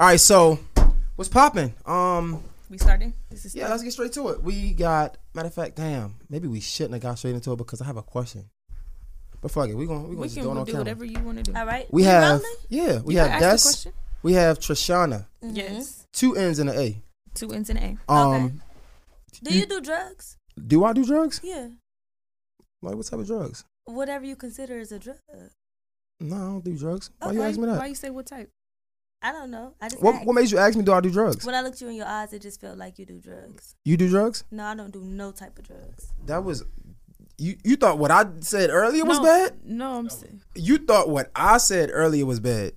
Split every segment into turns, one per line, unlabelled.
All right, so what's popping? Um,
We starting? This is
yeah, let's get straight to it. We got matter of fact, damn, maybe we shouldn't have got straight into it because I have a question. But fuck it, we gonna we gonna
we
just
can
do it on
do
camera.
whatever you want to do.
All right.
We
You
have
rolling?
yeah, we
You
have
can ask the
Des,
question.
we have Trishana,
Mm-hmm. Yes.
two N's and an A.
Two N's and an A.
Um,
Do you do drugs?
do I do drugs?
Yeah.
Like what type of drugs?
Whatever you consider is a drug.
No, I don't do drugs. Why Oh, you
Okay,
ask me
Why
that?
you say what type?
I don't know. I just
What
asked.
what made you ask me? Do I do drugs?
when I looked you in your eyes, it just felt like you do drugs.
You do drugs?
No, I don't do no type of drugs.
That was you. You thought what I said earlier was
no,
bad.
No, I'm saying
You thought what I said earlier was bad.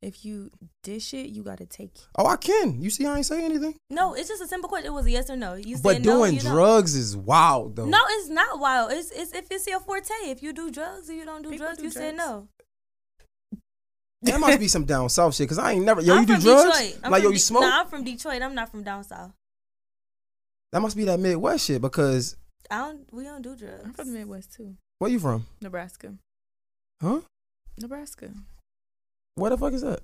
if you dish it, you got to take it.
Oh, I can. You see, I ain't say anything.
No, it's just a simple question. It was a yes or no. You said
But doing
no, you don't.
drugs is wild, though.
No, it's not wild. It's it's if it's your forte. If you do drugs, if you don't do
People
drugs,
do
you say
drugs.
no.
that must be some down south shit. Cause I ain't never. Yo,
I'm
you do
from
drugs?
Detroit. I'm
like yo,
from
you
De-
smoke?
Nah, I'm from Detroit. I'm not from down south.
that must be that Midwest shit. Because
I don't. We don't do drugs.
I'm from the Midwest too.
where you from?
Nebraska.
Huh?
Nebraska.
Where the fuck is that?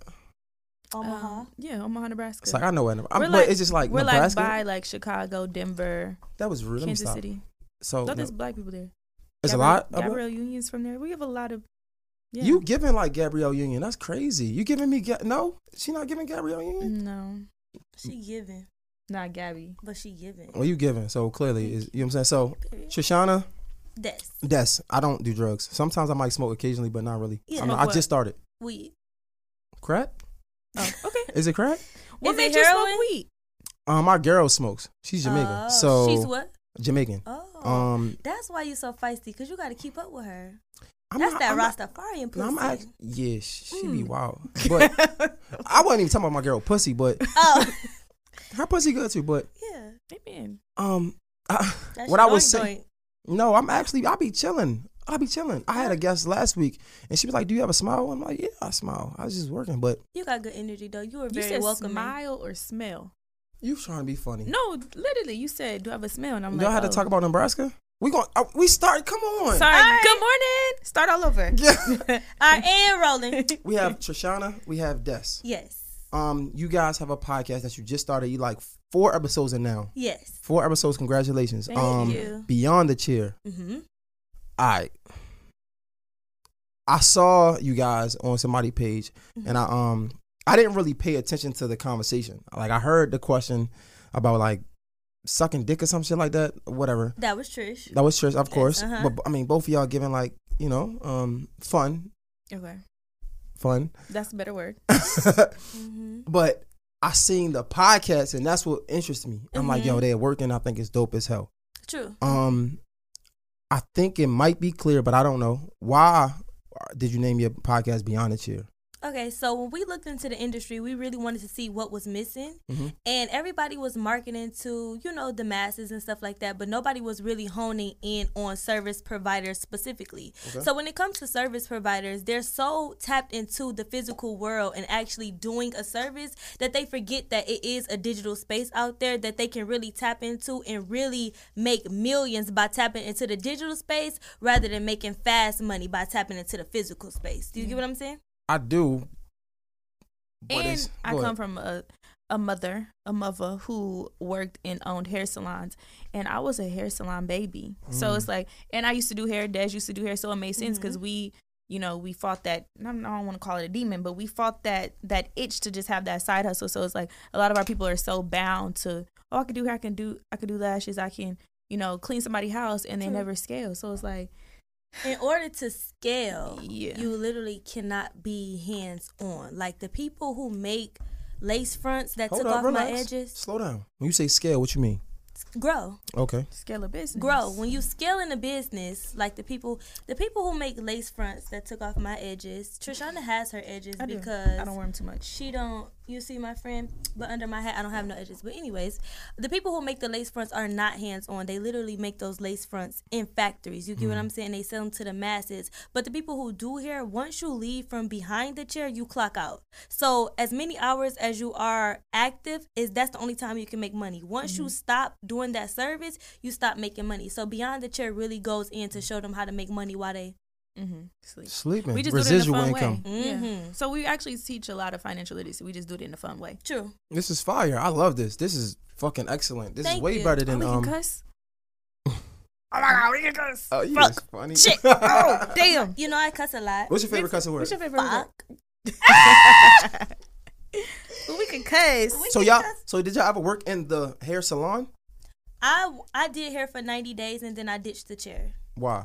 Omaha.
Um, yeah, Omaha, Nebraska.
It's like I know where. Nebraska.
We're
I'm, but it's just like
we're
Nebraska.
like by like Chicago, Denver,
that was rude. Let me
Kansas
stop.
City.
So
Thought
no,
there's black people there.
it's a
Gabrielle-
lot. of-
Gabrielle Union's from there. We have a lot of. Yeah.
You giving like Gabrielle Union? That's crazy. You giving me? Ga- no, she not giving Gabrielle Union.
No,
She giving,
not Gabby.
but she giving.
Well, you giving. So clearly, is you know what I'm saying. So Trishana,
That's
yes, I don't do drugs. Sometimes I might smoke occasionally, but not really.
Yeah.
I'm- i
Smoke what?
just started.
weed.
Crack?
Oh, okay.
Is it crack?
what
Is it
made you smoke
heroin?
weed?
Um, my girl smokes. She's Jamaican.
Oh,
so
she's what?
Jamaican.
Oh,
Um,
that's why you so feisty, cause you got to keep up with her.
I'm
that's
not-
that
I'm not-
Rastafarian pussy.
No, I'm act- yeah, she be
Mm.
wild. But I wasn't even talking about my girl pussy, but
oh,
her pussy good too. But
yeah.
Amen.
um, I,
That's
what I
your
was
oink
saying.
oink.
No, I'm actually I be chilling. I be chilling. I had a guest last week, and she was like, "Do you have a smile?" I'm like, "Yeah, I smile. I was just working." But
you got good energy though. You were
You
very
said
welcoming.
smile or smell?
you trying to be funny?
No, literally, you said do I have a smell? And I'm
Y'all
like,
had to
oh.
talk about Nebraska. We going uh, we start. Come on.
Sorry.
All right.
Good morning. Start all over.
Yeah.
All right, and rolling.
We have Trishana. We have Des.
yes,
Um, you guys have a podcast that you just started. You like four episodes in now.
yes.
Four episodes. Congratulations.
Thank
um,
you.
Beyond the chair.
Mm-hmm.
I I saw you guys on somebody page and
Mm-hmm.
I um I didn't really pay attention to the conversation. Like I heard the question about like sucking dick or some shit like that, whatever.
That was Trish.
That was church, of course.
uh-huh.
But I mean both of y'all giving like, you know, um fun,
Okay,
fun.
that's a better word.
Mm-hmm.
but I seen the podcast and that's what interests me. I'm like,
Mm-hmm.
yo, they're working. I think it's dope as hell.
True.
Um, I think it might be clear, but I don't know why did you name your podcast Beyond the Chair?
Okay, so when we looked into the industry, we really wanted to see what was missing.
Mhm.
And everybody was marketing to, you know, the masses and stuff like that, but nobody was really honing in on service providers specifically. So when it comes to service providers, they're so tapped into the physical world and actually doing a service that they forget that it is a digital space out there that they can really tap into and really make millions by tapping into the digital space rather than making fast money by tapping into the physical space. Do you get what I'm saying?
I do.
and I come from a a mother, a mother who worked and owned hair salons, and I was a hair salon baby. So it's like, and I used to do hair. Des used to do hair, so it made sense because we, you know, we fought that. I don't, I don't want to call it a demon, but we fought that that itch to just have that side hustle. So it's like a lot of our people are so bound to, oh, I can do hair, I can do, I can do lashes, I can, you know, clean somebody's house, and they
True.
never scale. So it's like,
in order to scale,
Yeah.
you literally cannot be hands on. Like the people who make lace fronts that
Hold
took
up,
off
relax.
my edges,
Slow down. When you say scale, what you mean?
grow,
Okay.
scale a business,
grow. When you scale in a business, like the people, the people who make lace fronts that took off my edges, Trishana has her edges
I do.
because
I don't wear them too much.
she don't you see my friend, but under my hat I don't have no edges. But anyways, the people who make the lace fronts are not hands on. They literally make those lace fronts in factories. You get
Mm-hmm.
what I'm saying? They sell them to the masses. But the people who do hair, once you leave from behind the chair, you clock out. So as many hours as you are active is that's the only time you can make money. Once
Mm-hmm.
you stop doing that service, you stop making money. So beyond the chair really goes in to show them how to make money while they
Mm-hmm. Sleep.
Sleeping.
We just
Residual
do it in a fun
income.
way. Yeah.
Mhm.
So we actually teach a lot of financial literacy. We just do it in a fun way.
True.
This is fire. I love this. This is fucking excellent. This is
Thank
way
you.
better than
we can
um.
Oh, cuss. oh my god, we can cuss.
Oh, you
Fuck.
is funny.
Shit. Oh, damn.
You know I cuss a lot.
What's your favorite cuss word?
What's your favorite? word?
Fuck.
Well, we can cuss.
We
so
can
y'all,
cuss.
so did y'all ever work in the hair salon?
I I did hair for 90 days and then I ditched the chair.
Why?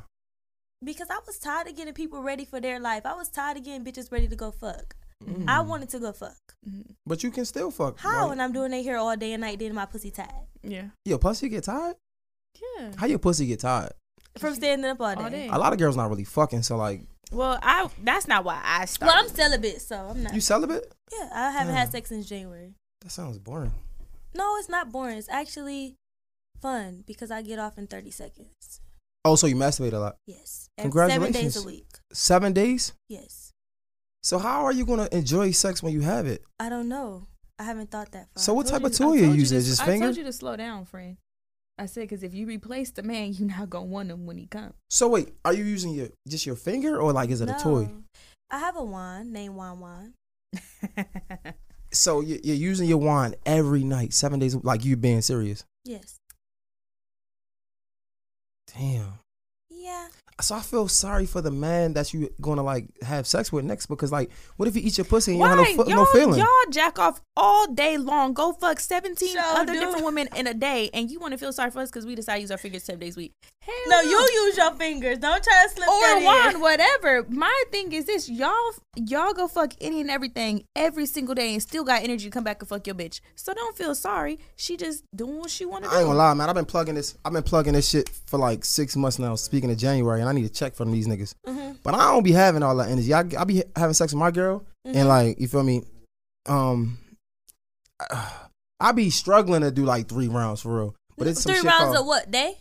Because I was tired of getting people ready for their life. I was tired of getting bitches ready to go fuck.
Mm.
I wanted to go fuck.
But you can still fuck.
How?
Like,
And I'm doing their hair all day and night, then my pussy tied.
Yeah.
your pussy get tired?
Yeah.
How your pussy get tired?
From standing up all day.
All day.
A lot of girls not really fucking. So like,
Well, I that's not why I started.
Well, I'm celibate, so I'm not.
you celibate?
yeah, I haven't
Mm.
had sex since January.
That sounds boring.
No, it's not boring. It's actually fun because I get off in 30 seconds.
Oh, so you masturbate a lot?
Yes. Every- Seven days
Congratulations.
a week.
Seven days?
Yes.
So how are you gonna enjoy sex when you have it?
I don't know. I haven't thought that far.
So what
I
type
told
of
you-
tool
I
you
told
using?
to-
Just
I
finger?
told you to slow down, friend. I said because if you replace the man, you not gonna want him when he comes.
So wait, are you using your just your finger or like is it a toy?
No. I have a wand named Wan Wan.
So you- you're using your wand every night, seven days. Like you being serious?
Yes.
Damn.
Yeah.
So I feel sorry for the man that you gonna like have sex with next because like, what if you eat your pussy and you
Why
don't have no, fu-
y'all,
no feeling?
y'all jack off all day long? Go fuck seventeen
Sure
other
do.
different women in a day, and you want to feel sorry for us because we decide to use our fingers seven days a week? Hell
No, you use your fingers. Don't try to slip that
or
in.
one, whatever. My thing is this: y'all, y'all go fuck any and everything every single day, and still got energy to come back and fuck your bitch. So don't feel sorry. She just doing what she want to do.
I ain't gonna lie, man. I've been plugging this. I've been plugging this shit for like six months now. Speaking of January, and I need a check from these niggas.
Mm-hmm.
But I don't be having all that energy. I, I be having sex with my girl,
Mm-hmm.
and like you feel me. Um, I be struggling to do like three rounds for real. But it's some
three
shit
rounds
called,
of what day?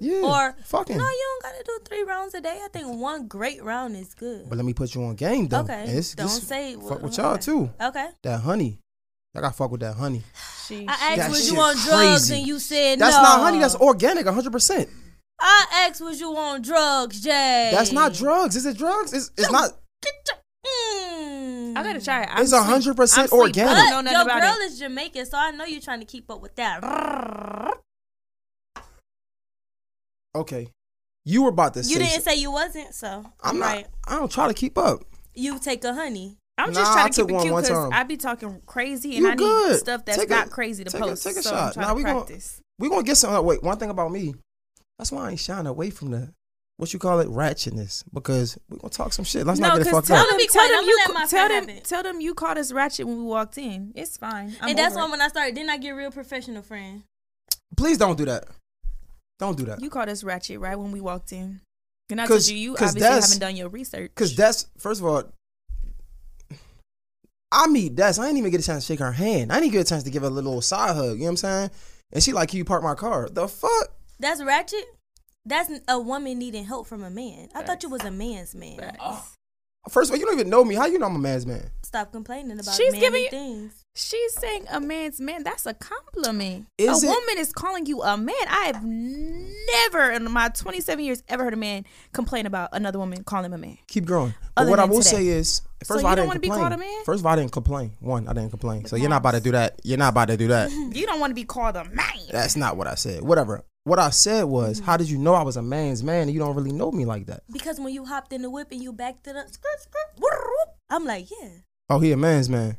yeah,
or-
fucking.
No, you don't gotta do three rounds a day. I think one great round is good.
but let me put you on game though.
okay,
And this-
don't
this-
say
fuck with y'all
okay.
too.
Okay,
That honey, I gotta fuck with that honey.
She,
I
That
asked was
shit
you on drugs
crazy.
and you said
That's
no.
not honey. That's organic, hundred percent.
I asked was you on drugs, Jay.
That's not drugs. Is it drugs? It's it's not.
Get your- Mm.
I gotta try it.
It's a hundred percent
I'm sleep.
organic.
I don't
But
know
your
nothing
girl
about
is Jamaican, so I know you're trying to keep up with that.
Okay, you were about to say.
You didn't
something.
say you wasn't, so
I'm not.
right.
I don't try to keep up.
You take a honey.
I'm
Nah,
just
I
trying to
took
keep it
one
cute
one
because
time.
I be talking crazy and
You
I need
good.
stuff that's
Take a-
not crazy to
take a-
post.
take a
so
shot.
I'm trying
Nah,
to
we gon-
practice.
We gonna get some. oh, Wait, one thing about me. That's why I ain't shying away from the what you call it ratchetness because we gonna talk some shit. Let's not
no,
get it
because
fucked
tell,
up.
I'm
them,
gonna be
tell
quiet.
them
I'm
you
gonna let
ca-
my
tell
friend
them
have it.
tell them you called us ratchet when we walked in. It's fine. I'm
and that's
over
why
it.
when I started, then I get real professional, friend.
Please don't do that. Don't do that.
you called us ratchet right when we walked in. And I told
'Cause-
you you
'cause
obviously
that's-
haven't done your research.
Because that's first of all. I meet Des. I didn't even get a chance to shake her hand. I didn't get a chance to give her a little side hug. You know what I'm saying? And she like, can you park my car? The fuck?
That's ratchet. That's n- a woman needing help from a man. I thought you was a man's man.
Facts.
First of all, you don't even know me. How you know I'm a man's man?
Stop complaining about
She's
manly
giving you-
things.
She's saying a man's man. That's a compliment.
Is
a
it-
woman is calling you a man. I've never in my 27 years ever heard a man complain about another woman calling him a man.
Keep growing. But
Other
what I
than
will
today.
say is, first
So
of
you
all, I
don't
didn't
wanna be
complain.
called a man?
First of all, I didn't complain. One, I didn't complain. so you're not about to do that. You're not about to do that.
You don't want to be called a man.
That's not what I said. Whatever. What I said
Mm-hmm.
was, how did you know I was a man's man and you don't really know me like that?
Because when you hopped in the whip and you backed it up, skirt, skirt, whoop, whoop, I'm like, yeah.
Oh, he a man's man.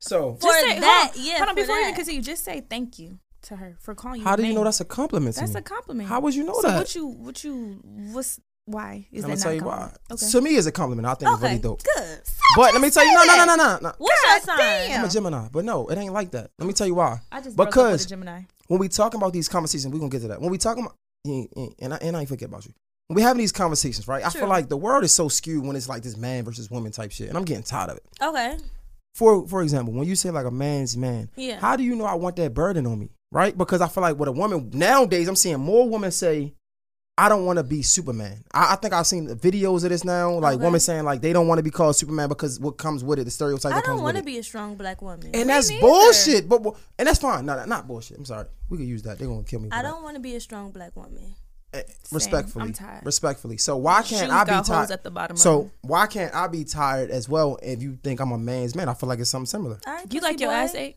So
For
hold
that,
on,
yeah,
Hold on,
for
before you even
that.
continue, just say thank you to her for calling you.
how
a
do you
man.
know that's a compliment? To
That's
me?
a compliment?
How would you know
so
that?
what you what you what's why is
I'm gonna
that not
tell
a
you why.
compliment? Okay.
To me, it's a compliment. I think it's really
Okay,
dope.
good.
But let me tell you, no, no, no, no, no, no.
What's
God
your sign?
damn.
I'm a Gemini, but no, it ain't like that. Let me tell you why.
I just broke up with
because
a Gemini.
when we talking about these conversations, we're gonna get to that. When we talking about and- and and I, and I ain't forget about you. When we having these conversations, right? I feel
True.
like the world is so skewed when it's like this man versus woman type shit, and I'm getting tired of it.
Okay.
for for example, when you say like a man's man,
Yeah.
how do you know I want that burden on me? Right? Because I feel like with a woman nowadays, I'm seeing more women say, I don't want to be Superman. I, I think I've seen the videos of this now, like
Okay.
women saying like they don't want to be called Superman because what comes with it, the stereotype
I
that
don't
comes
want
with
to
it.
be a strong black woman.
and that's
neither.
bullshit. But but- and that's fine. No, no, not bullshit. I'm sorry. We could use that. They're gonna kill me. for
I
that.
don't want to be a strong black woman.
Eh, respectfully.
I'm tired.
Respectfully. So why can't
Shoes
I be
got
tired?
holes at the bottom of
so
them.
why can't I be tired as well? If you think I'm a man's man, I feel like it's something similar.
All right,
You like
pussy
your
boy.
ass ate?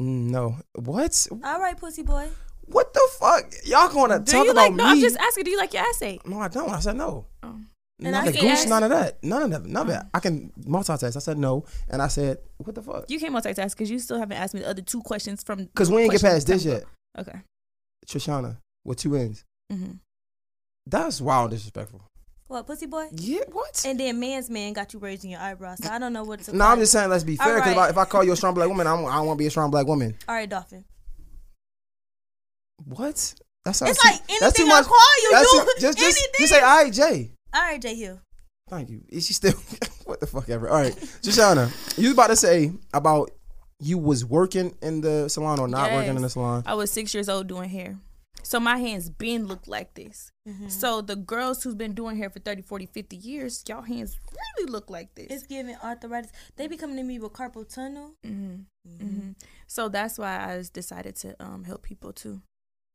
Mm, No. What?
All right, pussy boy.
What the fuck? Y'all gonna
Do
talk
you
about
like? No, I'm
me?
just asking. Do you like your ass ate?
no, I don't. I said no.
Oh.
And
Not
I
the
said-
goose, none of that. None of that. None of
Uh.
that. I can multitask. I said no, and I said what the fuck?
You can't multitask because you still haven't asked me the other two questions from.
Because we ain't get
questions
past this
from-
yet.
Okay.
Trishana with two ends.
hmm
That's wild disrespectful.
What, pussy boy?
Yeah. What?
And then man's man got you raising your eyebrows. So I don't know what to.
No,
call
I'm
it.
just saying. Let's be fair. Because
Alright.
if, I, if I call you a strong black woman, I'm, I don't want to be a strong black woman.
All right, dolphin.
What? That's
It's like anything I call you, you-
just, just,
anything.
just say, all right, Jay.
All right, J Hill.
Thank you. Is she still? what the fuck ever? All right, Shoshana, you was about to say about you was working in the salon or not working in the
Yes.
salon?
I was six years old doing hair. So my hands been look like this.
Mm-hmm.
So the girls who's been doing hair for 30, 40, 50 years, y'all hands really look like this.
It's giving arthritis. They be coming to me with carpal tunnel.
hmm So that's why I just decided to um, help people too.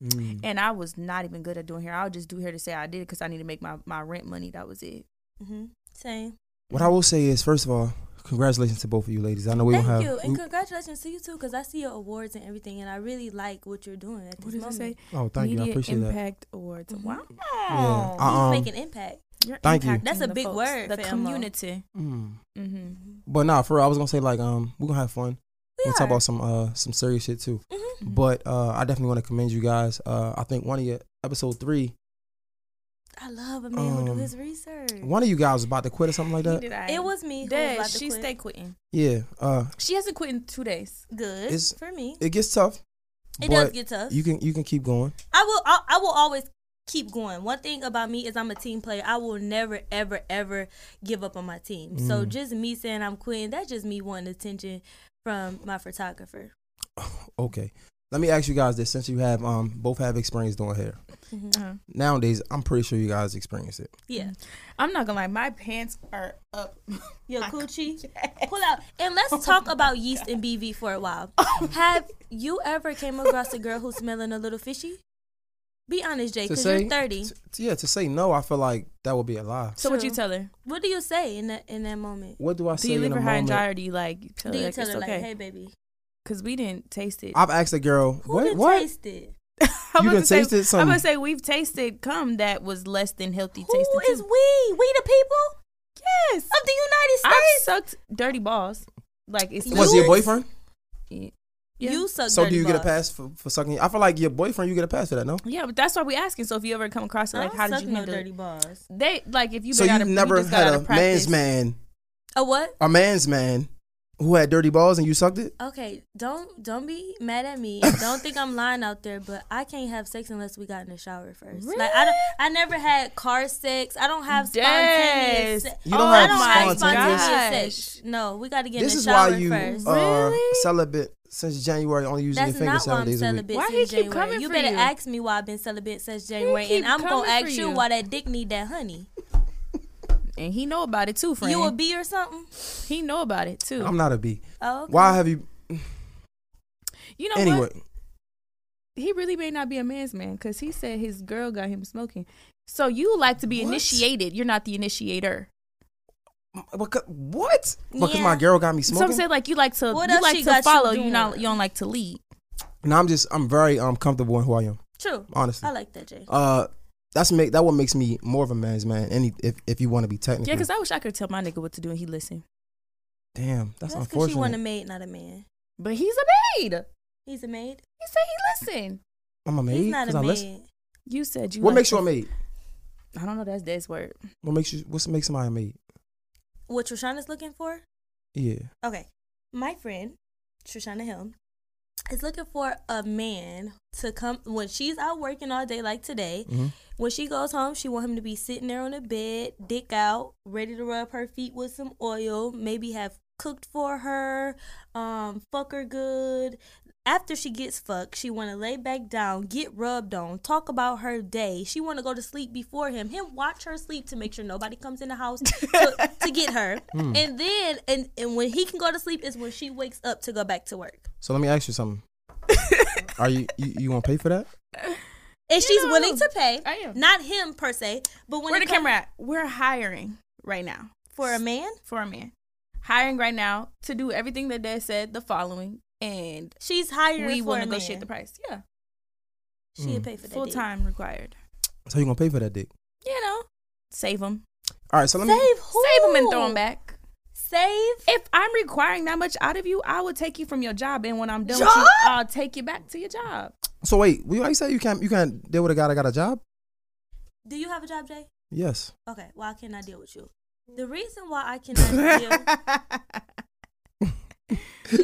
Mm.
And I was not even good at doing hair. I would just do hair to say I did because I need to make my, my rent money. That was it.
Mm-hmm. Same.
What I will say is, first of all, congratulations to both of you ladies. I know we
Thank
don't have.
you, and
we-
congratulations to you too, because I see your awards and everything, and I really like what you're doing at this
What does it
moment.
say?
oh, thank you. I
Media
appreciate that.
Impact Awards.
Mhm.
Mm-hmm. Wow.
Yeah.
You
Uh-uh.
make an impact.
You're
Thank you.
impacting
That's a
the
big
folks,
word
The
for MO.
community.
Mm.
Mm-hmm.
But nah, for real, I was gonna say like um, we're gonna have fun.
We
will
are.
talk about some uh some serious shit too.
Mhm.
But uh, I definitely want to commend you guys. Uh, I think one of your episode three,
I love a man who
Um,
do his research.
one of you guys was about to quit or something like that.
It was me. who was
Dad,
about to
she
quit.
stay quitting.
Yeah. Uh,
She hasn't quit in two days.
good
It's-
for me.
it gets tough.
It
but
does get tough.
You can you can keep going.
I will. I, I will always keep going. One thing about me is I'm a team player. I will never, ever, ever give up on my team. So
Mm.
just me saying I'm quitting, that's just me wanting attention from my photographer.
Okay. Let me ask you guys this since you have um both have experience doing hair.
Uh-huh.
Nowadays, I'm pretty sure you guys experience it.
Yeah,
Mm-hmm. I'm not gonna lie, my pants are up.
your coochie. Pull out and let's talk about yeast and BV for a while. Have you ever came across a girl who's smelling a little fishy? Be honest, Jay, because you're 30.
t- t- yeah, to say no, I feel like that would be a lie.
So what you
True.
tell her?
What do you say in that in that moment?
What do I
Do
say
you
in
leave
a
her high and
moment?
dry, or do you like tell
Do
her
you
like,
tell
it's
her like,
okay?
"Hey, baby,
Because we didn't taste it.
I've asked a girl,
who
what
done
what?
taste it?
I'm
You
gonna
done
say-
tasted some-
I'm gonna say we've tasted cum that was less than healthy
Who
tasting.
is
too.
we? We the people
yes?
of the United
I've
States.
sucked dirty balls. Like it's
Was
You-
your boyfriend?
Yeah.
You suck.
So do
dirty
you get a
balls.
pass for, for sucking? I feel like your boyfriend, you get a pass for that, no?
Yeah, but that's why we asking. So if you ever come across it,
I
like
don't
how did
suck
you
no
handle
dirty
it?
balls?
They like if you
so
been
you've
out of,
never
you just got
had
out
a
of practice.
man's man,
A what?
a man's man, who had dirty balls and you sucked it.
Okay, don't don't be mad at me. and don't think I'm lying out there, but I can't have sex unless we got in the shower first. Like I don't, I never had car sex. I don't have spontaneous.
Yes. Oh
se-
You don't
I
have
don't have
spontaneous-
spontaneous sex. No, we got to get
this
in
is
the shower
why you
first.
are
Really?
celibate since January, only using
That's
your fingers
not why
seven
I'm
days a week.
celibate
Why he
since
keep
January.
coming
you
for
better
you?
ask me why I've been celibate since January,
keep
and I'm gonna
coming for
ask you
you.
why that dick need that honey.
and he know about it too, friend.
You a bee or something?
he know about it too.
I'm not a B.
Oh, okay.
Why have you?
you know
Anyway,
what? He really may not be a man's man because he said his girl got him smoking. So you like to be
What?
initiated. You're not the initiator.
Because, what? Because
Yeah.
my girl got me
So I'm
smoking.
saying like you like to
What
you
else
like
she
to
got you
follow. You not
doing?
you don't like to lead.
Mm-hmm. no, I'm just I'm very um comfortable in who I am.
True.
Honestly,
I like that, Jay.
uh, that's make that what makes me more of a man's man. Any if if you want to be technical.
Yeah, because I wish I could tell my nigga what to do and he listen.
damn, that's,
That's because she want a
unfortunate.
maid, not a man.
But he's a maid.
He's a maid.
He said he listened.
I'm a
He's
maid.
not
'Cause
a
I
maid.
listen-
You said you.
What
like
makes you
to-
a maid?
I don't know. That's Dad's word.
What makes you? What makes somebody a maid?
What Trishana's looking for?
Yeah.
Okay, my friend Trishana Hill is looking for a man to come when she's out working all day, like today.
Mhm.
When she goes home, she want him to be sitting there on the bed, dick out, ready to rub her feet with some oil, maybe have cooked for her, um, fuck her good. After she gets fucked, she want to lay back down, get rubbed on, talk about her day. She want to go to sleep before him. Him watch her sleep to make sure nobody comes in the house to, to get her.
Hmm.
And then, and, and when he can go to sleep is when she wakes up to go back to work.
So let me ask you something. Are you you, you want to pay for that?
And she's willing to pay.
I am.
Not him per se, but when
Where the
it come-
camera at? We're hiring right now
for a man,
for a man. Hiring right now to do everything that Dad said, the following, and
she's hired.
we
for
will
a
negotiate
man.
the price. Yeah,
She'd pay for that.
Mm. full
dick.
time required.
So you gonna pay for that dick?
You know, save them,
All right. So let me.
Save who?
save them, and throw them back.
Save.
If I'm requiring that much out of you, I will take you from your job, and when I'm done with
Job?
you, I'll take you back to your job.
So wait, you already said you can't you can't deal with a guy that got a job.
Do you have a job, Jay?
Yes.
Okay. Well, I cannot deal with you. The reason why I cannot deal. No,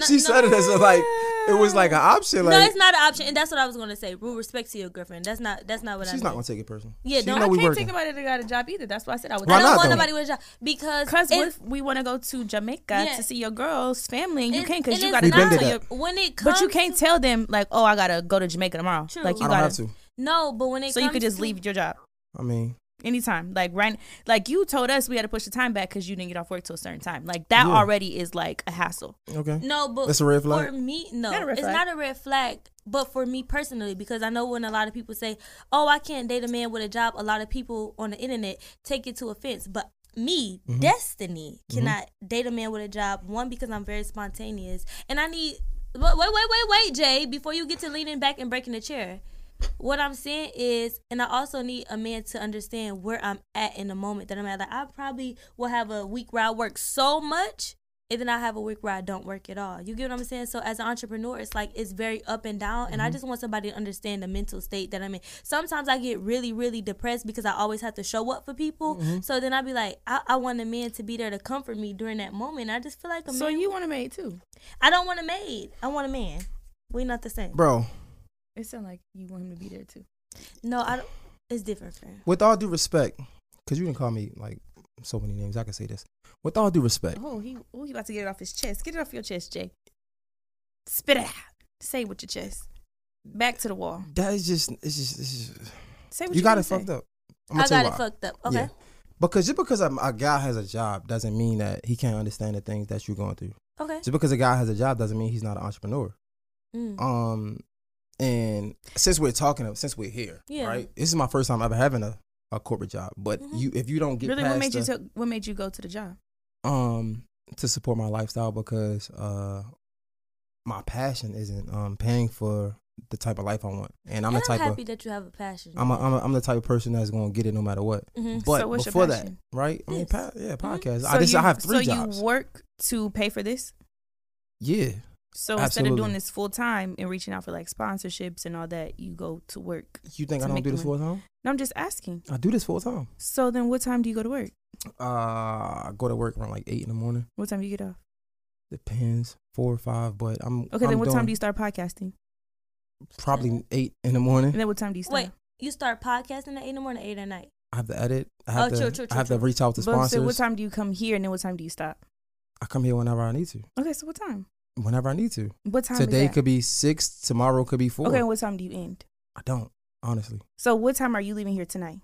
she said it as a, like it was like an option.
no,
Like
it's not an option, and that's what I was going to say. Rule respect to your girlfriend. That's not. That's not what
she's
I.
not
mean.
gonna take it personal.
Yeah,
she
don't-
know
I
we
can't
working.
take nobody that got a job either. That's why I said I would.
Why
I don't
not,
want
though?
nobody with a job because
Because
if-
we want to go to Jamaica
Yeah.
to see your girl's family, and you
it-
can't because
it
you
is
got to
We've been
go
to
to
that.
your.
When it comes
But you can't
to-
tell them like, oh, I gotta go to Jamaica tomorrow.
True.
Like you
I
gotta.
don't have to.
No, but when it
So
comes
you could just
to-
leave your job
I mean,
anytime. Like right, like you told us we had to push the time back because you didn't get off work till a certain time. Like that
Yeah.
already is like a hassle.
okay.
No, but
That's a red flag?
For me, no,
Not a red
it's
flag.
not a red flag. But for me personally, because I know when a lot of people say, "Oh, I can't date a man with a job," a lot of people on the internet take it to offense. But me,
Mm-hmm.
Destiny, cannot date a man with a job. One because I'm very spontaneous, and I need. Wait, wait, wait, wait, wait, Jay. Before you get to leaning back and breaking the chair, what I'm saying is, and I also need a man to understand where I'm at in the moment that I'm at. Like, I probably will have a week where I work so much, and then I have a week where I don't work at all. You get what I'm saying? So, as an entrepreneur, it's like it's very up and down,
Mm-hmm.
and I just want somebody to understand the mental state that I'm in. Sometimes I get really, really depressed because I always have to show up for people.
Mm-hmm.
So then i be like, I, I want a man to be there to comfort me during that moment. I just feel like a
So
man.
you want a maid too?
I don't want a maid. I want a man. We not the same.
Bro,
It sounds like you want him to be there too.
No, I don't. It's different, friend.
with all due respect, because you didn't call me like so many names, I can say this. With all due respect,
Oh, he oh he about to get it off his chest. Get it off your chest, Jay. Spit it out. Say it with your chest. Back to the wall.
that is just it's just, it's just
Say what
you
you,
got
gotta
it fucked up. I'm
I
gonna tell
got
you
it
why.
fucked up. Okay.
Yeah. Because just because a, a guy has a job doesn't mean that he can't understand the things that you're going through.
Okay.
Just because a guy has a job doesn't mean he's not an entrepreneur.
Mm.
Um, and since we're talking, of, since we're here,
Yeah.
right? This is my first time ever having a, a corporate job. But
Mhm.
you, if you don't get
Mm-hmm. Really,
past
what made
the,
you t- what made you go to the job?
um to support my lifestyle because uh my passion isn't um paying for the type of life I want, and I'm
and
the
I'm
type
happy
of
that you have a passion.
I'm a, I'm a, I'm the type of person that's gonna get it no matter what.
Mhm.
But
Mm-hmm. So what's your
before that,
passion?
right? I mean,
This.
pa- yeah,
Mhm.
podcast. I just
you,
I have three
so
jobs.
you work to pay for this.
yeah,
So instead of
Absolutely.
doing this full time and reaching out for like sponsorships and all that, you go to work.
you think
To
I don't
make
do
the
this full time?
No, I'm just asking.
I do this full time.
So then, what time do you go to work?
Uh, I go to work around like eight in the morning.
What time do you get off?
Depends, four or five. But I'm
Okay,
I'm Mm.
then what time
doing
do you start podcasting?
Probably eight in the morning.
And then what time do you start?
Wait, you start podcasting at eight in the morning, eight at night.
I have to edit. I have
Oh,
to.
true, true,
I
true,
have to
true.
reach out to
But I'm saying,
sponsors.
what time do you come here, and then what time do you stop?
I come here whenever I need to.
Okay, so what time?
Whenever I need to.
What time? is
Today
that?
could be six. Tomorrow could be four.
Okay, and what time do you end?
I don't honestly.
So what time are you leaving here tonight?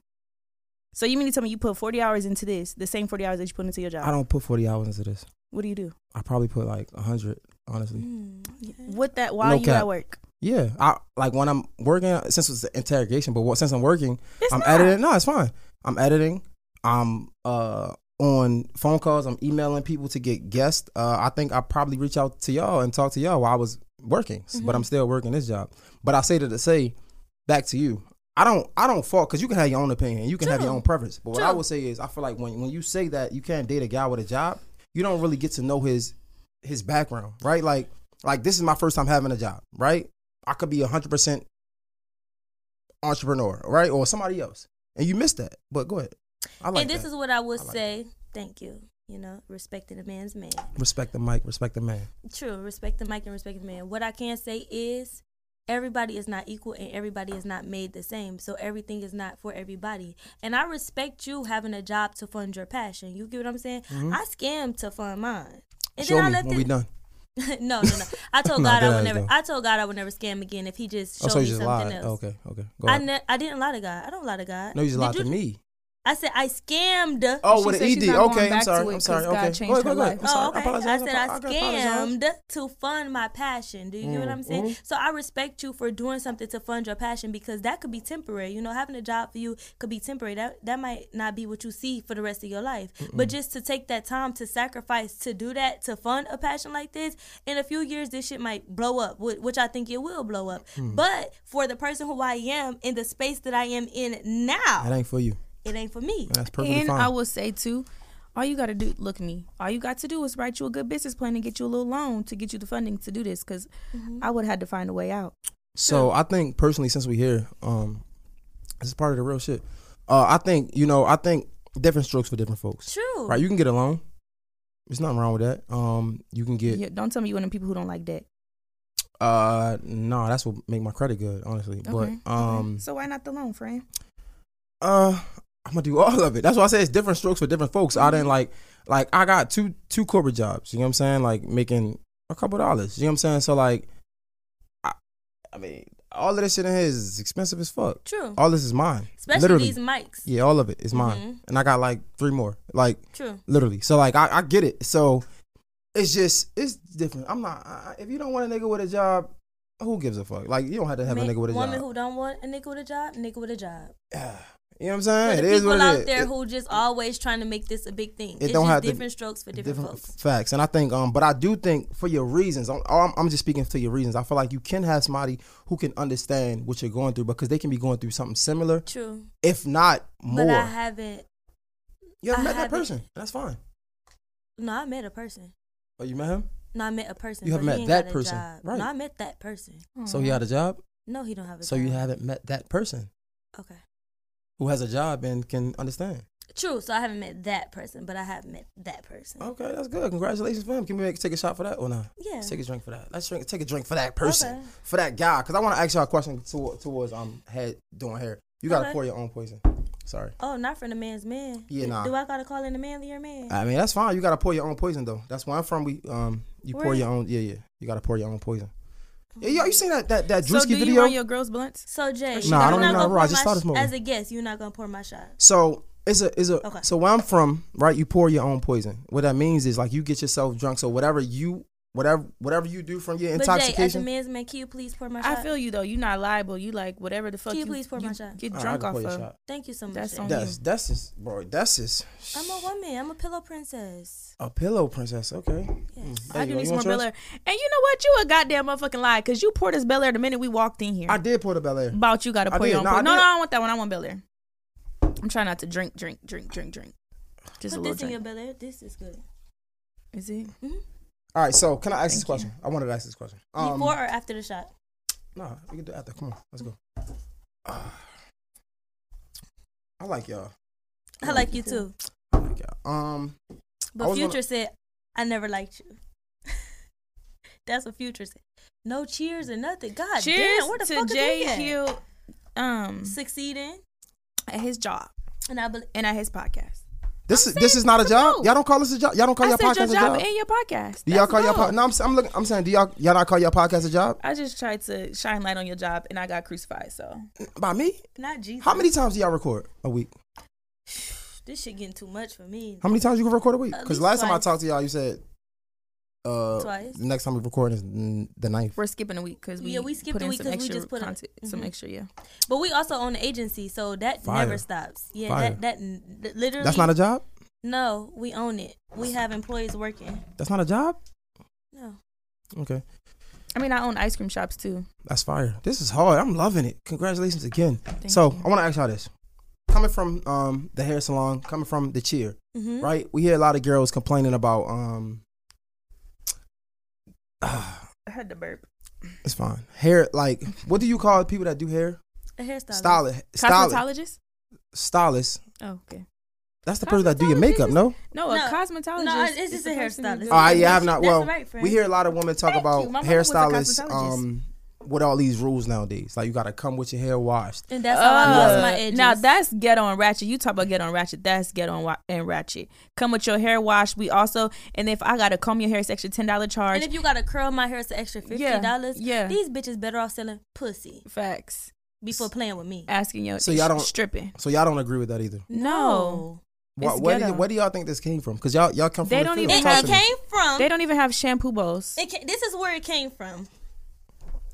So you mean to tell me you put 40 hours into this, the same 40 hours that you put into your job?
I don't put forty hours into this.
What do you do?
I probably put like hundred honestly.
Mm-hmm.
Mm.
What that while
No
you
cap.
at work?
Yeah, I like when I'm working since it's the interrogation, but what, since I'm working,
It's
I'm
not.
editing. No, it's fine. I'm editing. I'm uh on phone calls. I'm emailing people to get guests. Uh, I think I probably reach out to y'all and talk to y'all while I was working, s-
Mm-hmm.
but I'm still working this job. But I say that to say back to you. I don't. I don't fault because you can have your own opinion. You can have your
True.
own preference. But what I
True.
would say is, I feel like when when you say that you can't date a guy with a job, you don't really get to know his his background, right? Like like this is my first time having a job, right? I could be hundred percent entrepreneur, right, or somebody else, and you missed that. But go ahead. I like
and this
that.
is what I would
I like
say. Thank you. You know, respecting a man's man.
respect the mic, respect the man.
True, respect the mic and respect the man. What I can say is everybody is not equal and everybody is not made the same. So everything is not for everybody. And I respect you having a job to fund your passion. You get what I'm saying? I scam to fund mine.
Mm-hmm.
And
Show
then I
me
left
when
it.
we done.
no, no, no. I told
Nah,
God
that
I
ass
would never.
though.
I told God I would never scam again if He just showed
Oh, so you
me
just
something
lied.
else.
Okay, okay. Go
I
ahead.
ne- I didn't lie to God. I don't lie to God.
no, you just
Did
lied to me.
I said I scammed.
Oh,
She
with
said
an
she's
ED.
not going
Okay, I'm
back to it
sorry. I'm
'cause
sorry.
God
Okay.
changed
Go ahead,
her
go ahead, go ahead.
life.
I'm sorry.
oh, okay.
apologize.
I said I
apologize. Mm-hmm.
scammed to fund my passion. Do you get what I'm saying? So I respect you for doing something to fund your passion because that could be temporary. You know, having a job for you could be temporary. That that might not be what you see for the rest of your life. But just to take that time to sacrifice to do that to fund a passion like this, in a few years this shit might blow up, wh- which I think it will blow up.
Mm.
But for the person who I am in the space that I am in
That
now,
ain't for you.
it ain't for me.
That's perfectly
and
fine.
I will say too, all you got to do, look me, all you got to do is write you a good business plan and get you a little loan to get you the funding to do this. because I would have had to find a way out.
So I think personally, since we here, um, this is part of the real shit. Uh, I think you know, I think different strokes for different folks.
True.
Right? You can get a loan. There's nothing wrong with that. Um, you can get
Yeah, don't tell me you one of them people who don't like debt.
uh, no, that's what make my credit good, honestly.
Okay,
But um,
okay. so why not the loan, friend?
uh, I'm gonna do all of it. That's why I say it's different strokes for different folks.
Mm-hmm.
I didn't like, like I got two two corporate jobs. You know what I'm saying? Like making a couple dollars. You know what I'm saying? So like, I, I mean, all of this shit in here is expensive as fuck.
True.
All this is mine.
Especially
literally.
these mics.
Yeah, all of it is mine.
Mhm.
And I got like three more. Like
True.
literally. So like I, I get it. So it's just it's different. I'm not I, I- if you don't want a nigga with a job, who gives a fuck? Like you don't have to have
Man-
a nigga with a
woman
job.
who don't want a nigga with a job, nigga with a job.
you know what I'm
For
saying?
the
it is
people
what it
out
is.
there
It-
who just always trying to make this a big thing.
It
it's
don't
just
have to-
different strokes for different, folks.
facts. And I think um but I do think for your reasons, I'm, I'm I'm just speaking to your reasons. I feel like you can have somebody who can understand what you're going through because they can be going through something similar,
True,
if not more.
but I haven't.
you haven't
I
met that
haven't-
person. That's fine.
No, I met a person.
Oh, you met him?
No, I met a person.
You
but
haven't
he
met that
ain't got a
person.
job.
Right.
No, I met that person.
So he had a job?
No, he don't Mm-hmm. have a
So
job.
you haven't met that person
Okay.
who has a job and can understand.
True. So I haven't met that person, but I have met that person.
Okay, that's good. Congratulations for him. Can we make, take a shot for that or not?
Yeah.
Let's take a drink for that. Let's drink. Take a drink for that person,
Okay.
for that guy. Because I want to ask y'all a question to, towards um head doing hair. You gotta
Okay.
pour your own poison. Sorry.
Oh, not from the man's man.
Yeah, nah.
Do I gotta call in the manlier man?
I mean that's fine. You gotta pour your own poison though. That's where I'm from. We um you pour
Where?
your own. Yeah, yeah. You gotta pour your own poison. Yeah, yo, you seen that that that Drewski
so do you
video?
run your girls blunts?
so
Nah, I
Jay, you're
don't
not
even know
gonna
how to roll. I
pour
just
my
started
sh-
smoking.
as a guest. You're not gonna pour my shot.
So it's a it's a
Okay.
so where I'm from, right? You pour your own poison. What that means is like you get yourself drunk. So whatever you whatever whatever you do from your
But Jay, as a
intoxication.
man's man, can you please pour my
I
shot?
feel you though. You're not liable. You like whatever the fuck
Can you
you,
please pour my shot?
get
All right, I
drunk
can
off
pour your
of.
shot.
Thank you so much.
That's
Jay.
on
That's that's just bro. That's just
I'm a woman. I'm a pillow princess.
a pillow princess. Okay. Mm, there
I
you
do
go. You
need some more
want
Bel
yours?
Air. And you know what? You a goddamn motherfucking lie because you poured us Bel Air the minute we walked in here.
I did pour the Bel Air.
About you got to
I
pour your
did.
own.
No,
No,
I
no, no,
did.
I don't want that one. I want Bel Air. I'm trying not to drink, drink, drink, drink, drink. Just a little
Put this in
drink.
your belly. This is good.
Is it?
All right. So can I ask this
Thank
question? I wanted to ask this question. Um,
Before or after the shot?
No, we can do it after. Come on, let's go. Ah. I like y'all.
I like you too.
I like y'all. Um, I
But
was
Future
gonna-
said, I never liked you. That's what Future said. No cheers or nothing. God
Cheers
damn, where the
to
fuck
Jay
is he at?
Hill, um,
Succeeding.
at his job
And I believe.
and at his podcast.
this
I'm
is this
saying
is not a
it's a
job.
vote.
Y'all don't call this a job. Y'all don't call
I
your
said
podcast
your
a
job and your podcast.
Do y'all
That's
call your
love.
podcast? No, I'm, I'm looking. I'm saying, do y'all y'all not call your podcast a job?
I just tried to shine light on your job and I got crucified. So
By me?
Not Jesus.
How many times do y'all record a week?
This shit getting too much for me.
How many times you can record a week?
At
Because last
least
time I
twice.
talked to y'all, you said, uh,
Twice.
the next time we record is mm, the ninth.
we're skipping a week because we
Yeah, we skipped
put
a
in Mm-hmm.
week
some
'cause we
extra
just put a-
content, some
Mhm.
extra yeah.
But we also own the agency, so that
Fire.
never stops. Yeah,
Fire.
that that n- th- literally.
That's not a job.
No, we own it. We have employees working.
That's not a job.
No.
Okay,
I mean, I own ice cream shops too.
that's fire. This is hard. I'm loving it. Congratulations again.
Thank
so um,
you.
I want to ask y'all this. Coming from um the hair salon, coming from the cheer,
Mm-hmm.
right? We hear a lot of girls complaining about um.
I had to burp.
It's fine. Hair, like, what do you call people that do hair?
A hairstylist.
Stylist. Stylist.
Cosmetologist?
Stylist.
Oh, okay.
That's the person that do your makeup,
Cosmetologist
no?
No, a
No,
cosmetologist.
no, it's just
is
a
the person who
hairstylist.
does-
All right, yeah, Oh, I have not.
That's
Well,
right, friend.
we hear a lot of women talk
Thank you.
about
My mama was a
hairstylists
cosmetologist.
um, with all these rules nowadays. Like you gotta come with your hair washed.
And that's how I lost my
Uh,
edges.
Now that's ghetto and ratchet. You talk about ghetto and ratchet. That's ghetto and, wa- and ratchet. Come with your hair wash. We also and if I gotta comb your hair, it's extra ten dollar charge.
and if you gotta curl my hair, it's an extra fifty dollars.
yeah.
These bitches better off selling pussy
Facts.
before playing with me.
Asking your
So y'all don't-
stripping.
So y'all don't agree with that either.
No,
Why,
It's
where, do
ghetto.
you, where do y'all think this came from? Because y'all y'all come from
They
the
don't
field.
even
It,
Talk
have-
it
to me.
came from
they don't even have shampoo bowls.
It ca- this is where it came from.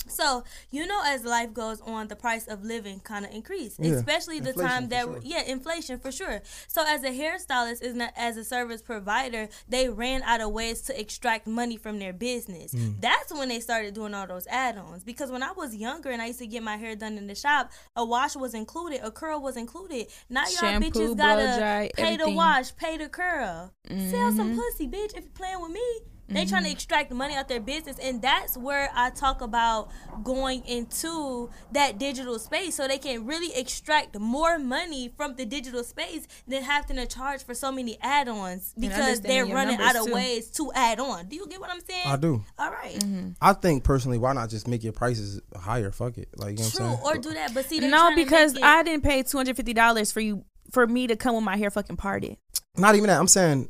So you know, as life goes on, the price of living kind of increased,
Yeah,
especially the
inflation
time
for
that
sure.
yeah, inflation for sure. So as a hairstylist, is not as a service provider, they ran out of ways to extract money from their business.
Mm.
That's when they started doing all those add-ons. Because when I was younger and I used to get my hair done in the shop, a wash was included, a curl was included. Now y'all
Shampoo,
bitches
blow
gotta
dry,
pay to
everything.
wash wash, pay to curl. Sell
Mm-hmm.
some pussy, bitch, if you're playing with me. They trying to extract money out their business, and that's where I talk about going into that digital space so they can really extract more money from the digital space than having to charge for so many add-ons because
understanding
they're
your
running out
numbers,
of
too.
ways to add on. Do you get what I'm saying?
I do.
All right.
Mm-hmm.
I think personally, why not just make your prices higher? Fuck it. Like you know what I'm
True,
saying.
or do that, but see, they're
No,
trying to
because
make it-
I didn't pay two hundred fifty dollars for you for me to come with my hair fucking parted.
not even that. I'm saying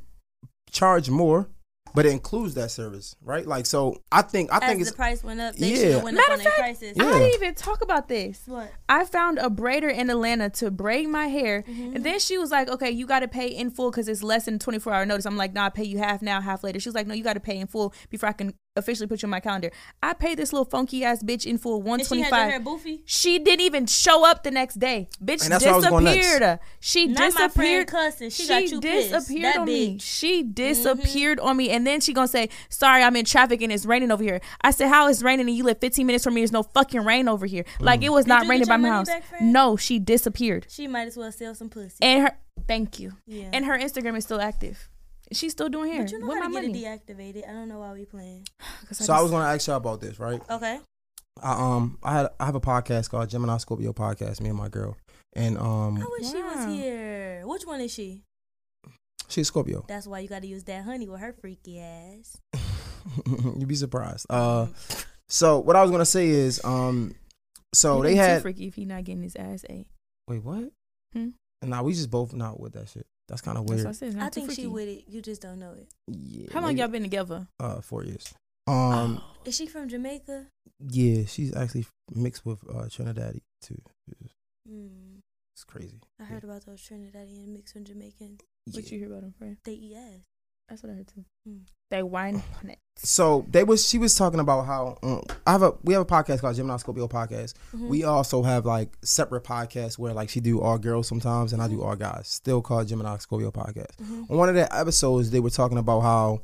charge more, but it includes that service, right? Like so, I think I
as
think
the
it's
price went up, they
Yeah.
should have went up
Matter
on
of
their
fact,
prices.
Yeah.
I didn't even talk about this.
What?
I found a braider in Atlanta to braid my hair,
Mm-hmm.
and then she was like, "Okay, you got to pay in full because it's less than 24 hour notice." I'm like, "Nah, I pay you half now, half later." She was like, "No, you got to pay in full before I can officially put you on my calendar." I paid this little funky ass bitch in full
And she had your hair
125.
boofy.
She didn't even show up the next day. Bitch
And that's where I was going next.
disappeared. She
Not my friend
disappeared.
cussing. She got you pissed.
disappeared
That
on me.
bitch.
She disappeared on me. And then she gonna say, "Sorry, I'm in traffic and it's raining over here." I said, "How it's raining and you live 15 minutes from me? There's no fucking rain over here. Like it was
Mm. you
not
get
raining by
your
my
money
house."
back, friend?
no, she disappeared.
She might as well sell some pussy.
And her, thank you.
Yeah.
And her Instagram is still active. She's still doing hair.
But you know
with
how
my
to get
money.
it deactivated. I don't know why we playing.
'Cause
so. I
just-
was gonna ask y'all about this, right?
Okay.
I um I had I have a podcast called Gemini Scorpio Podcast. Me and my girl, and
I
Oh,
um
wish she was
Wow.
here. Which one is she?
she's Scorpio.
That's why you got to use that honey with her freaky ass.
You'd be surprised. Uh, so what I was gonna say is um, so
He
they
ain't too
had
freaky if he not getting his ass ate.
wait what?
Hmm?
Nah, we just both not with that shit. That's kind of
That's
weird.
what I said. it's
I
not too
think she
freaky.
with it. You just don't know it.
Yeah,
How long
maybe-
y'all been together?
Uh, four years. Um,
Is she from Jamaica?
yeah, she's actually mixed with uh Trinidad too.
Mm,
It's crazy.
I heard about those Trinidadian mixed with Jamaican.
Yeah.
What you hear about him, friend?
They eat ass.
That's what I heard too.
Mm.
They wine on it.
So they was she was talking about how um, I have a we have a podcast called Gemini Scorpio Podcast.
Mm-hmm.
We also have like separate podcasts where like she do all girls sometimes and I
Mm-hmm.
do all guys. Still called Gemini Scorpio Podcast. On one of the episodes they were talking about how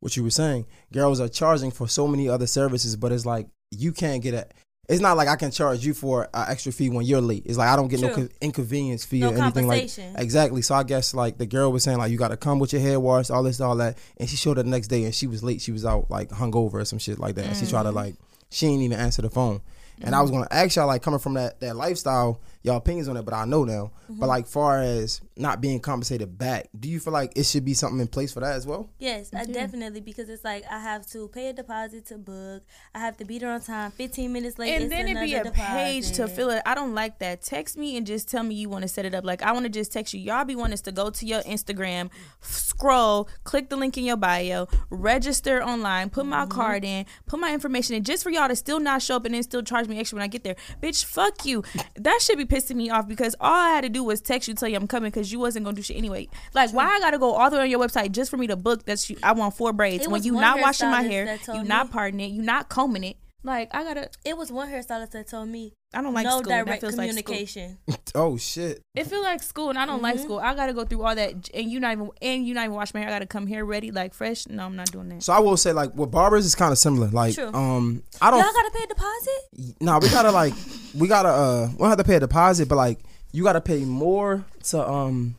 what you were saying girls are charging for so many other services, but it's like you can't get a. It's not like I can charge you for an extra fee when you're late. It's like I don't get no
True.
co- inconvenience fee
No
or anything like
compensation.
exactly. So I guess like the girl was saying like you got to come with your hair washed, all this, all that, and she showed up the next day and she was late. She was out like hungover or some shit like that. And she
Mm.
tried to like she ain't even answer the phone. And I was gonna ask y'all like coming from that that lifestyle, y'all opinions on it, but I know now.
Mm-hmm.
But like far as not being compensated back, do you feel like it should be something in place for that as well?
Yes, I definitely because it's like I have to pay a deposit to book. I have to be there on time. Fifteen minutes late.
And
it's
then it'd be a
another
page to
deposit.
fill it. I don't like that. Text me and just tell me you want to set it up. Like I want to just text you. Y'all be wanting us to go to your Instagram, f- scroll, click the link in your bio, register online, put
Mm-hmm.
my card in, put my information in, just for y'all to still not show up and then still charge me extra when I get there. Bitch, fuck you. That should be pissing me off because all I had to do was text you, tell you I'm coming because you wasn't gonna do shit anyway. Like why I gotta go all the way on your website just for me to book that you I want four braids
It
when
was
you
one
not washing my
hairstylist
hair,
that told
you not
me-
parting it, you not combing it. Like I gotta.
It was one hairstylist that told me
I don't like
no
school. That
direct
feels like school.
communication. Mm-hmm.
Oh shit.
It feel like school, and I don't like school. I gotta go through all that, j- and you not even and you not even wash my hair. I gotta come here ready, like fresh. No, I'm not doing that.
So I will say like with barbers it's kind of similar. Like
True.
um I don't
Y'all gotta pay a deposit.
nah, we gotta like we gotta uh we don't have to pay a deposit, but like you gotta pay more to um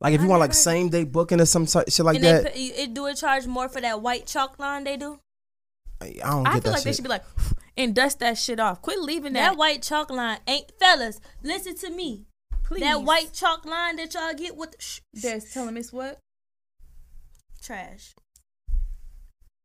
like if you
I
want like
never-
same day booking or some type, shit like
and
that.
they pay, it do it charge more for that white chalk line they do.
I I don't get
I feel
that
like they
shit.
should be like and dust that shit off. Quit leaving that.
That white chalk line ain't fellas. Listen to me.
please.
That white chalk line that y'all get with the sh- sh-
That's telling Miss what?
trash.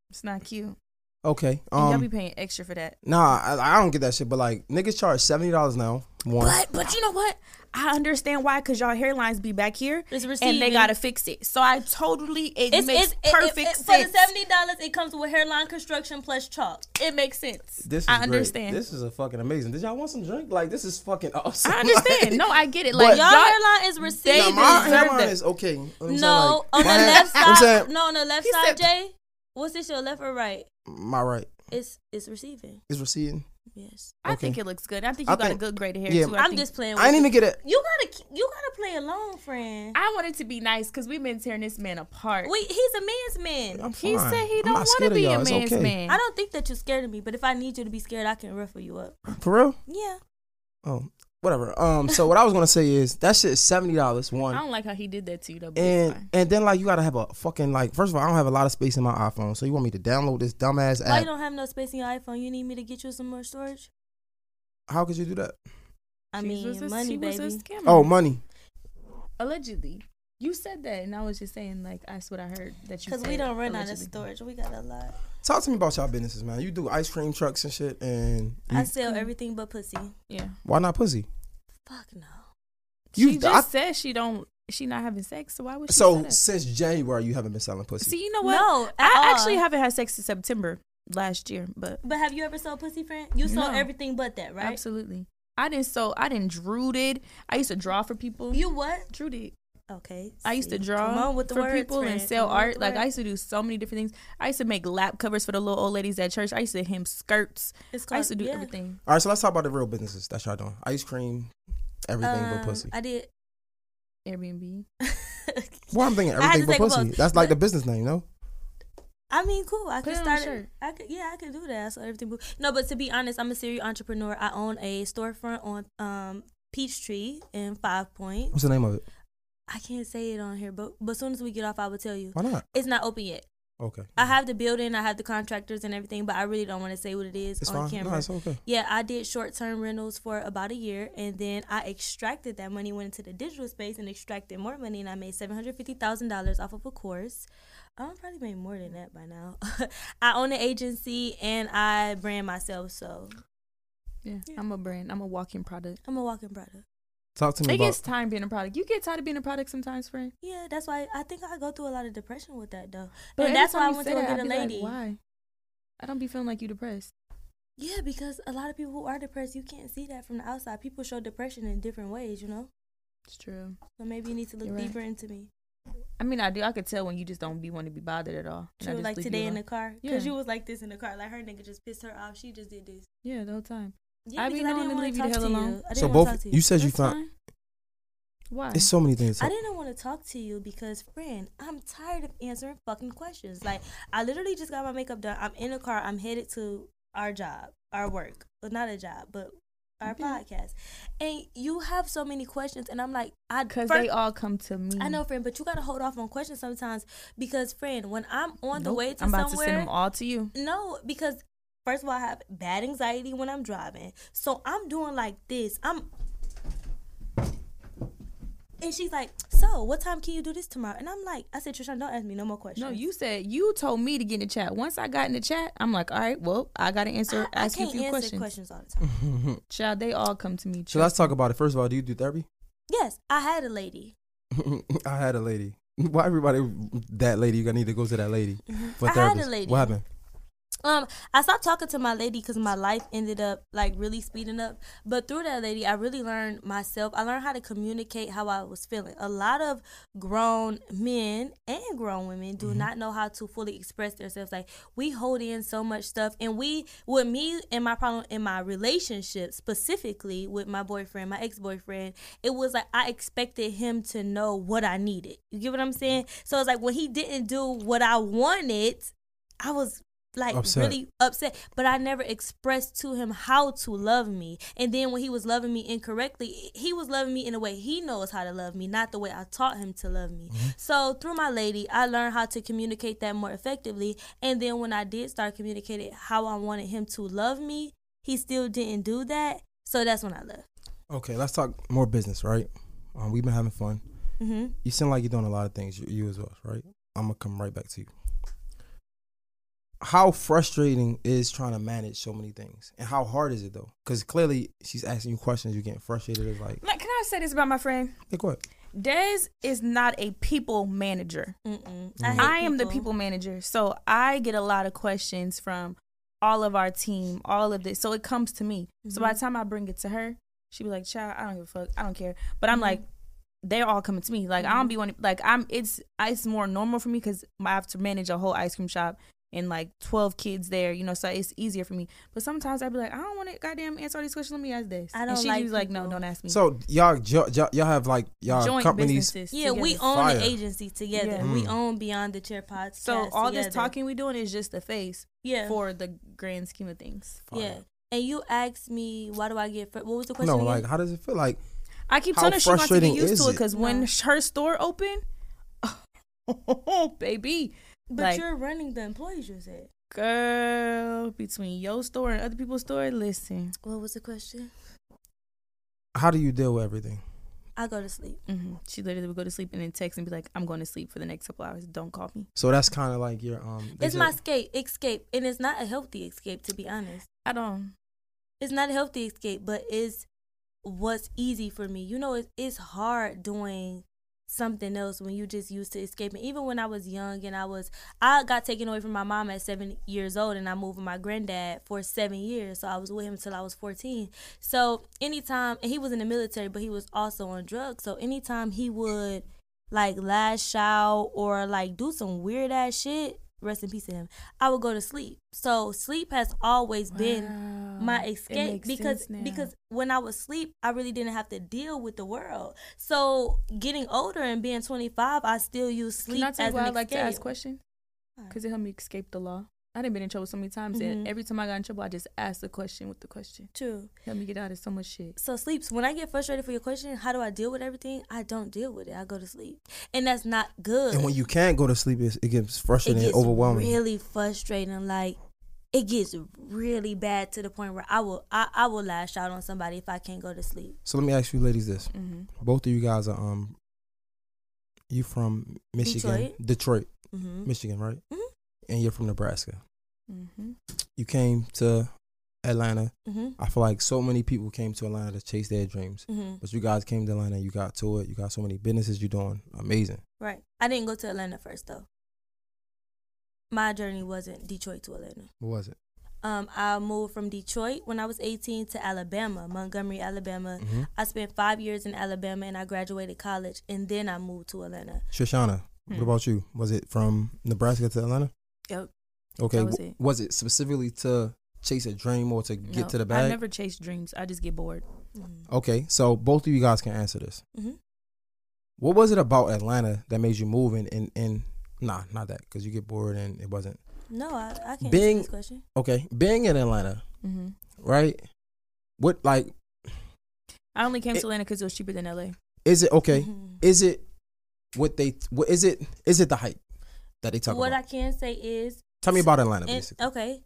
It's not cute.
Okay.
And y'all
Um.
be paying extra for that.
Nah, I, I don't get that shit. But like niggas charge seventy dollars now. One.
But but you know what? I understand why, cause y'all hairlines be back here,
It's
and they
receding.
gotta fix it. So I totally it
It's,
makes
it's it- it-
perfect
it-
sense.
For the seventy dollars, it comes with hairline construction plus chalk.
it makes sense.
This is
I
great.
understand.
This is a fucking amazing. Did y'all want some drink? Like this is fucking awesome.
I understand.
Like-
No, I get it.
But-
Like
Y'all
y'all,
hairline is
Nah,
receding.
my
deserve
hairline
that.
is okay. You know what I'm saying?
no,
Like,
on the
my hair-
left
you know what
side.
I'm saying?
No, on the left
He
side,
said-
Jay. What's this? Your left or right?
My right
It's it's receiving.
is receding.
Yes.
I
Okay.
think it looks good. I think
I
you got
think-
a good grade of hair
yeah.
too. I
I'm
think-
just playing. With
I didn't
you.
even get it.
You gotta you gotta play along, friend.
I wanted to be nice because we've been tearing this man apart.
We he's a man's man.
I'm
he
fine.
said he
I'm
don't
not
want to
scared of
be
y'all.
a
It's
man's
okay.
man.
I don't think that you're scared of me, but if I need you to be scared, I can ruffle you up.
For real?
Yeah.
Oh, whatever. Um. So what I was gonna say is that shit is seventy dollars
I
one.
don't like how he did that to you though. But it's
And
fine.
and then like you gotta have a fucking like first of all I don't have a lot of space in my iPhone so you want me to download this dumbass
Why you
app?
don't have no space in your iPhone? You need me to get you some more storage?
How could you do that?
I
She
mean,
was a-
money,
she was a
baby.
scammer.
Oh, money.
allegedly. You said that, and I was just saying, like, that's what I heard that you.
Because we
said,
don't run out of
allegedly.
storage. We got a lot.
Talk to me about y'all businesses, man. You do ice cream trucks and shit, and you-
I sell everything but pussy.
Yeah,
why not pussy?
Fuck no.
You-
she
I-
just said she don't. She not having sex, so why would she? say
So
that?
since January, you haven't been selling pussy.
see, you know what?
No,
I
at
actually
all.
haven't had sex since September last year, but
But have you ever sold pussy, friend? You
No.
sold everything but that, right?
absolutely, I didn't. So I didn't drooded. I used to draw for people.
You what?
drooded.
Okay.
I used to
see.
draw
Come on with the
for
words,
people and
friend.
sell
Come on with
art.
the
Like I
words.
used to do so many different things. I used to make lap covers for the little old ladies at church. I used to hem skirts.
It's
I used to
called-
do
yeah.
everything.
All right, so let's talk about the real businesses that y'all doing. Ice cream, everything but
Um,
pussy.
I did.
Airbnb.
Well, I'm thinking
I had to
everything but
take a
pussy.
vote.
That's like the business name, no?
I mean, cool. I
Put
could
it on your
start. It.
shirt.
I could, yeah, I could do that. So everything. But, no, but to be honest, I'm a serial entrepreneur. I own a storefront on um Peachtree in Five Point.
What's the name of it?
I can't say it on here, but but soon as we get off, I will tell you.
Why not?
It's not open yet.
Okay.
I have the building, I have the contractors and everything, but I really don't want to say what it is
It's
on
fine.
camera.
No, it's okay.
Yeah, I did short term rentals for about a year and then I extracted that money, went into the digital space and extracted more money and I made seven hundred fifty thousand dollars off of a course. I am probably made more than that by now. I own an agency and I brand myself, so
Yeah, I'm a brand. I'm a walking product.
I'm a walking product.
Talk to me
It
about.
gets time being a product. You get tired of being a product sometimes, friend.
Yeah, that's why I think I go through a lot of depression with that though.
But
and
every
that's why I
time you
went
say
to go
that,
get
I
a
be like,
lady.
Why? I don't be feeling like you depressed.
Yeah, because a lot of people who are depressed, you can't see that from the outside. People show depression in different ways, you know?
It's true.
So maybe you need to look
You're right.
deeper into me.
I mean, I do. I could tell when you just don't be want to be bothered at all. And I
True,
just
like
leave you
today in the
alone.
car. Because
Yeah.
you was like this in the car. Like her nigga just pissed her off. She just did this.
yeah, the whole time.
Yeah,
I be
because
knowing to
wanna
leave you the
talk
hell
to you.
alone.
I didn't
So
wanna
both
talk to
you said you
That's
found.
fine. Why?
It's so many things.
I didn't want to talk to you because, friend, I'm tired of answering fucking questions. Like, I literally just got my makeup done. I'm in the car. I'm headed to our job, our work. Well, not a job, but our podcast. And you have so many questions. And I'm like, I
Because
fir-
they all come to me.
I know, friend, but you gotta hold off on questions sometimes because, friend, when I'm on the
Nope.
way to
I'm about
somewhere,
to send them all to you.
no, because first of all, I have bad anxiety when I'm driving, so I'm doing like this. I'm, and she's like, "So, what time can you do this tomorrow?" And I'm like, "I said, Trisha, don't ask me no more questions."
No, you said you told me to get in the chat. Once I got in the chat, I'm like, all right, well, I got to answer,
I, I
ask you a
can't
few
answer
questions.
questions. all the time.
Child, they all come to me.
So let's talk about it. First of all, do you do therapy?
yes, I had a lady.
I had a lady. Why everybody that lady? You need to go to that lady for
Mm-hmm. I had a
therapist.
lady.
What happened?
Um, I stopped talking to my lady because my life ended up like really speeding up. But through that lady, I really learned myself. I learned how to communicate how I was feeling. A lot of grown men and grown women do not know how to fully express themselves. Like we hold in so much stuff, and we with me and my problem in my relationship specifically with my boyfriend, my ex boyfriend, it was like I expected him to know what I needed. You get what I'm saying? So it's like when he didn't do what I wanted, I was like
Upset.
really upset but i never expressed to him how to love me and then when he was loving me incorrectly he was loving me in a way he knows how to love me not the way i taught him to love me
Mm-hmm.
so through my lady i learned how to communicate that more effectively and then when i did start communicating how i wanted him to love me he still didn't do that so that's when i left
Okay, let's talk more business, right? Um, we've been having fun.
mm-hmm.
You seem like you're doing a lot of things. You, you as well, right? I'm gonna come right back to you. how frustrating is trying to manage so many things, and how hard is it though? Because clearly she's asking you questions, you're getting frustrated. It's like,
Like, can I say this about my friend?
yeah, go ahead.
Dez is not a people manager.
Mm-mm.
Mm.
hate
I am the people manager. So I get a lot of questions from all of our team, all of this. So it comes to me. So by the
Mm-hmm.
time I bring it to her, she be like, child, I don't give a fuck. I don't care. But
Mm-hmm.
I'm like, they're all coming to me. Like I don't be one. Like I'm. It's it's more normal for me because I have to manage a whole ice cream shop and like twelve kids there. You know, so it's easier for me. But sometimes I'd be like, I don't want to goddamn answer all these questions. Let me ask this.
I
and
don't
she
like
was like, no,
people.
don't ask me.
So y'all, y'all, y'all have like y'all
joint
companies.
businesses.
Yeah, we
together.
own
Fire.
the agency together.
Yeah.
We
Mm.
own Beyond the Chair podcast.
So all this
together.
talking we doing is just the face
yeah,
for the grand scheme of things.
Fire.
yeah. And you asked me, why do I get? Fr- what was the question?
No,
again?
like how does it feel? Like
I keep
How
telling her she's going to get
frustrating
used
is
to it
it?
because when
No.
sh- her store open, oh baby,
but
like-
you're running the employees. You said.
girl, between your store and other people's store, listen.
What was the question?
how do you deal with everything?
I go to sleep.
hmm She literally would go to sleep and then text and be like, "I'm going to sleep for the next couple hours. Don't call me.
So that's kind of like your um. they
it's
said-
my escape, escape, and it's not a healthy escape. To be honest,
I don't."
it's not a healthy escape, but it's what's easy for me. You know, it's it's hard doing something else when you just used to escaping. Even when I was young and I was, I got taken away from my mom at seven years old, and I moved with my granddad for seven years. So I was with him until I was fourteen. So anytime, and he was in the military, but he was also on drugs. So anytime he would like lash out or like do some weird ass shit, rest in peace to him. I would go to sleep. So sleep has always been
Um,
my escape because because when I was asleep, I really didn't have to deal with the world. So getting older and being 25, I still use sleep
Can I tell
as
you why I
an
like to
escape.
ask questions? Because it helped me escape the law. I didn't been in trouble so many times, and
Mhm.
every time I got in trouble, I just asked the question with the question.
True.
Help me get out of so much shit.
So sleeps. When I get frustrated for your question, how do I deal with everything? I don't deal with it. I go to sleep, and that's not good.
And when you can't go to sleep, it's, it gets frustrating,
it
and
gets Mm-hmm.
overwhelming.
really frustrating. Like it gets really bad to the point where I will I, I will lash out on somebody if I can't go to sleep.
so let me ask you, ladies, this:
Mm-hmm.
both of you guys are um, you from Michigan, Detroit,
Mm-hmm.
Michigan, right?
Mhm.
And you're from Nebraska.
Mm-hmm.
You came to Atlanta.
Mm-hmm.
I feel like so many people came to Atlanta to chase their dreams,
Mm-hmm.
but you guys came to Atlanta. You got to it. You got so many businesses you're doing. Amazing.
Right. I didn't go to Atlanta first though. My journey wasn't Detroit to Atlanta.
What was it?
Um, I moved from Detroit when I was 18 to Alabama, Montgomery, Alabama.
Mhm.
I spent five years in Alabama and I graduated college, and then I moved to Atlanta.
Shoshana, what
Hmm.
about you? Was it from Nebraska to Atlanta?
Yep.
Okay.
That was
w-
it.
was it specifically to chase a dream or to get
No,
to the
I
bag?
never chase dreams. I just get bored.
Okay, so both of you guys can answer this.
Mm-hmm.
Mhm.
What was it about Atlanta that made you move? And and, and nah, not that because you get bored and it wasn't
No, I, I can't
Being-
answer this question.
okay. Being in Atlanta,
Mm-hmm.
right? What like
I only came
It-
to Atlanta because it was cheaper than LA.
is it? Okay,
Mm-hmm.
Mhm.
is it what they? What is it? Is it the hype that they talk
What
about?
I can say is
Tell me about Atlanta,
And-
basically.
okay.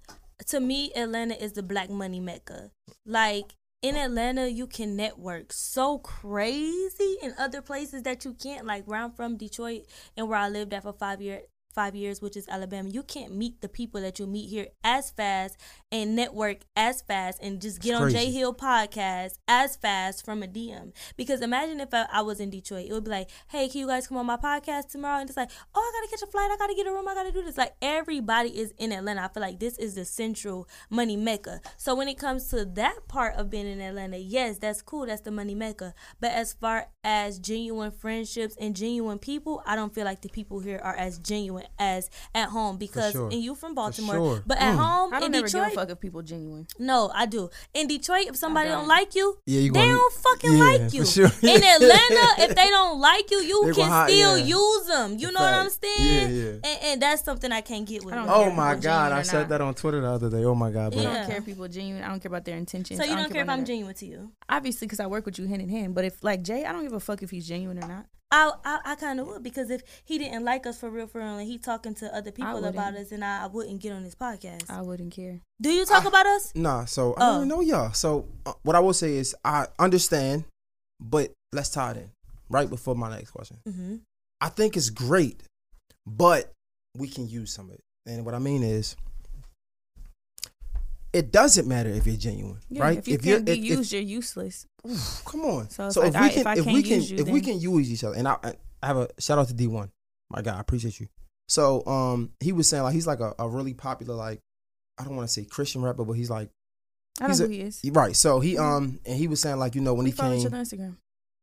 To me, Atlanta is the black money mecca. Like in Atlanta, you can network so crazy in other places that you can't. Like where I'm from, Detroit, and where I lived at for five year five years, which is Alabama, you can't meet the people that you meet here as fast and network as fast and just get on J
crazy.
Hill podcast as fast from a DM. Because imagine if I, I was in Detroit, it would be like, hey, can you guys come on my podcast tomorrow? And it's like, oh, I gotta catch a flight, I gotta get a room, I gotta do this. Like everybody is in Atlanta. I feel like this is the central money mecca. So when it comes to that part of being in Atlanta, yes, that's cool, that's the money mecca. But as far as genuine friendships and genuine people, I don't feel like the people here are as genuine as at home because
sure.
and you from
For
Baltimore,
sure.
but at
Mm.
home
I don't
in
never
Detroit,
give a fuck if people genuine.
no, I do. In Detroit, if somebody
don't.
don't. like you,
Yeah, you
they
gonna-
don't fucking
yeah,
like
for
you.
sure.
In Atlanta, if they don't like you, you
They
can
gonna hide-
still
yeah.
use them. You know what I'm
Fact.
saying?
Yeah, yeah.
And, and that's something I can't get with.
I don't
it.
care
Oh
if
my
people
God!
genuine
I
or
said
not.
that on Twitter the other day. Oh my God! But
I
Yeah.
don't care if people genuine. I don't care about their intentions.
So you
I
don't, care if
about
I'm
none of that.
genuine to you?
Obviously, because I work with you hand in hand. But if like Jay, I don't give a fuck if he's genuine or not.
I I, I kind of would because if he didn't like us for real, for real, and he talking to other people
wouldn't.
about us, and I, I wouldn't get on his podcast.
I wouldn't care.
do you
Ah.
talk about us?
Nah, so I don't
Oh.
even know y'all. So uh, what I will say is I understand, but let's tie it in right before my next question.
Mm-hmm.
I think it's great, but we can use some of it. And what I mean is, it doesn't matter if you're genuine,
Yeah,
right?
If you
you're-
can't be
if-
used, you're useless.
if- come on.
So
So,
it's
if,
like, all
we
right,
can,
if I
if, we
can't
can,
use you,
if we
then-
can use each other, and I, I have a shout out to D one, my God, I appreciate you. So um, he was saying like he's like a, a really popular like I don't want to say Christian rapper, but he's like
I know
He's
who
a-
he is.
right. So he um, and he was saying like you know when
we
he
follow each
came,
other on Instagram.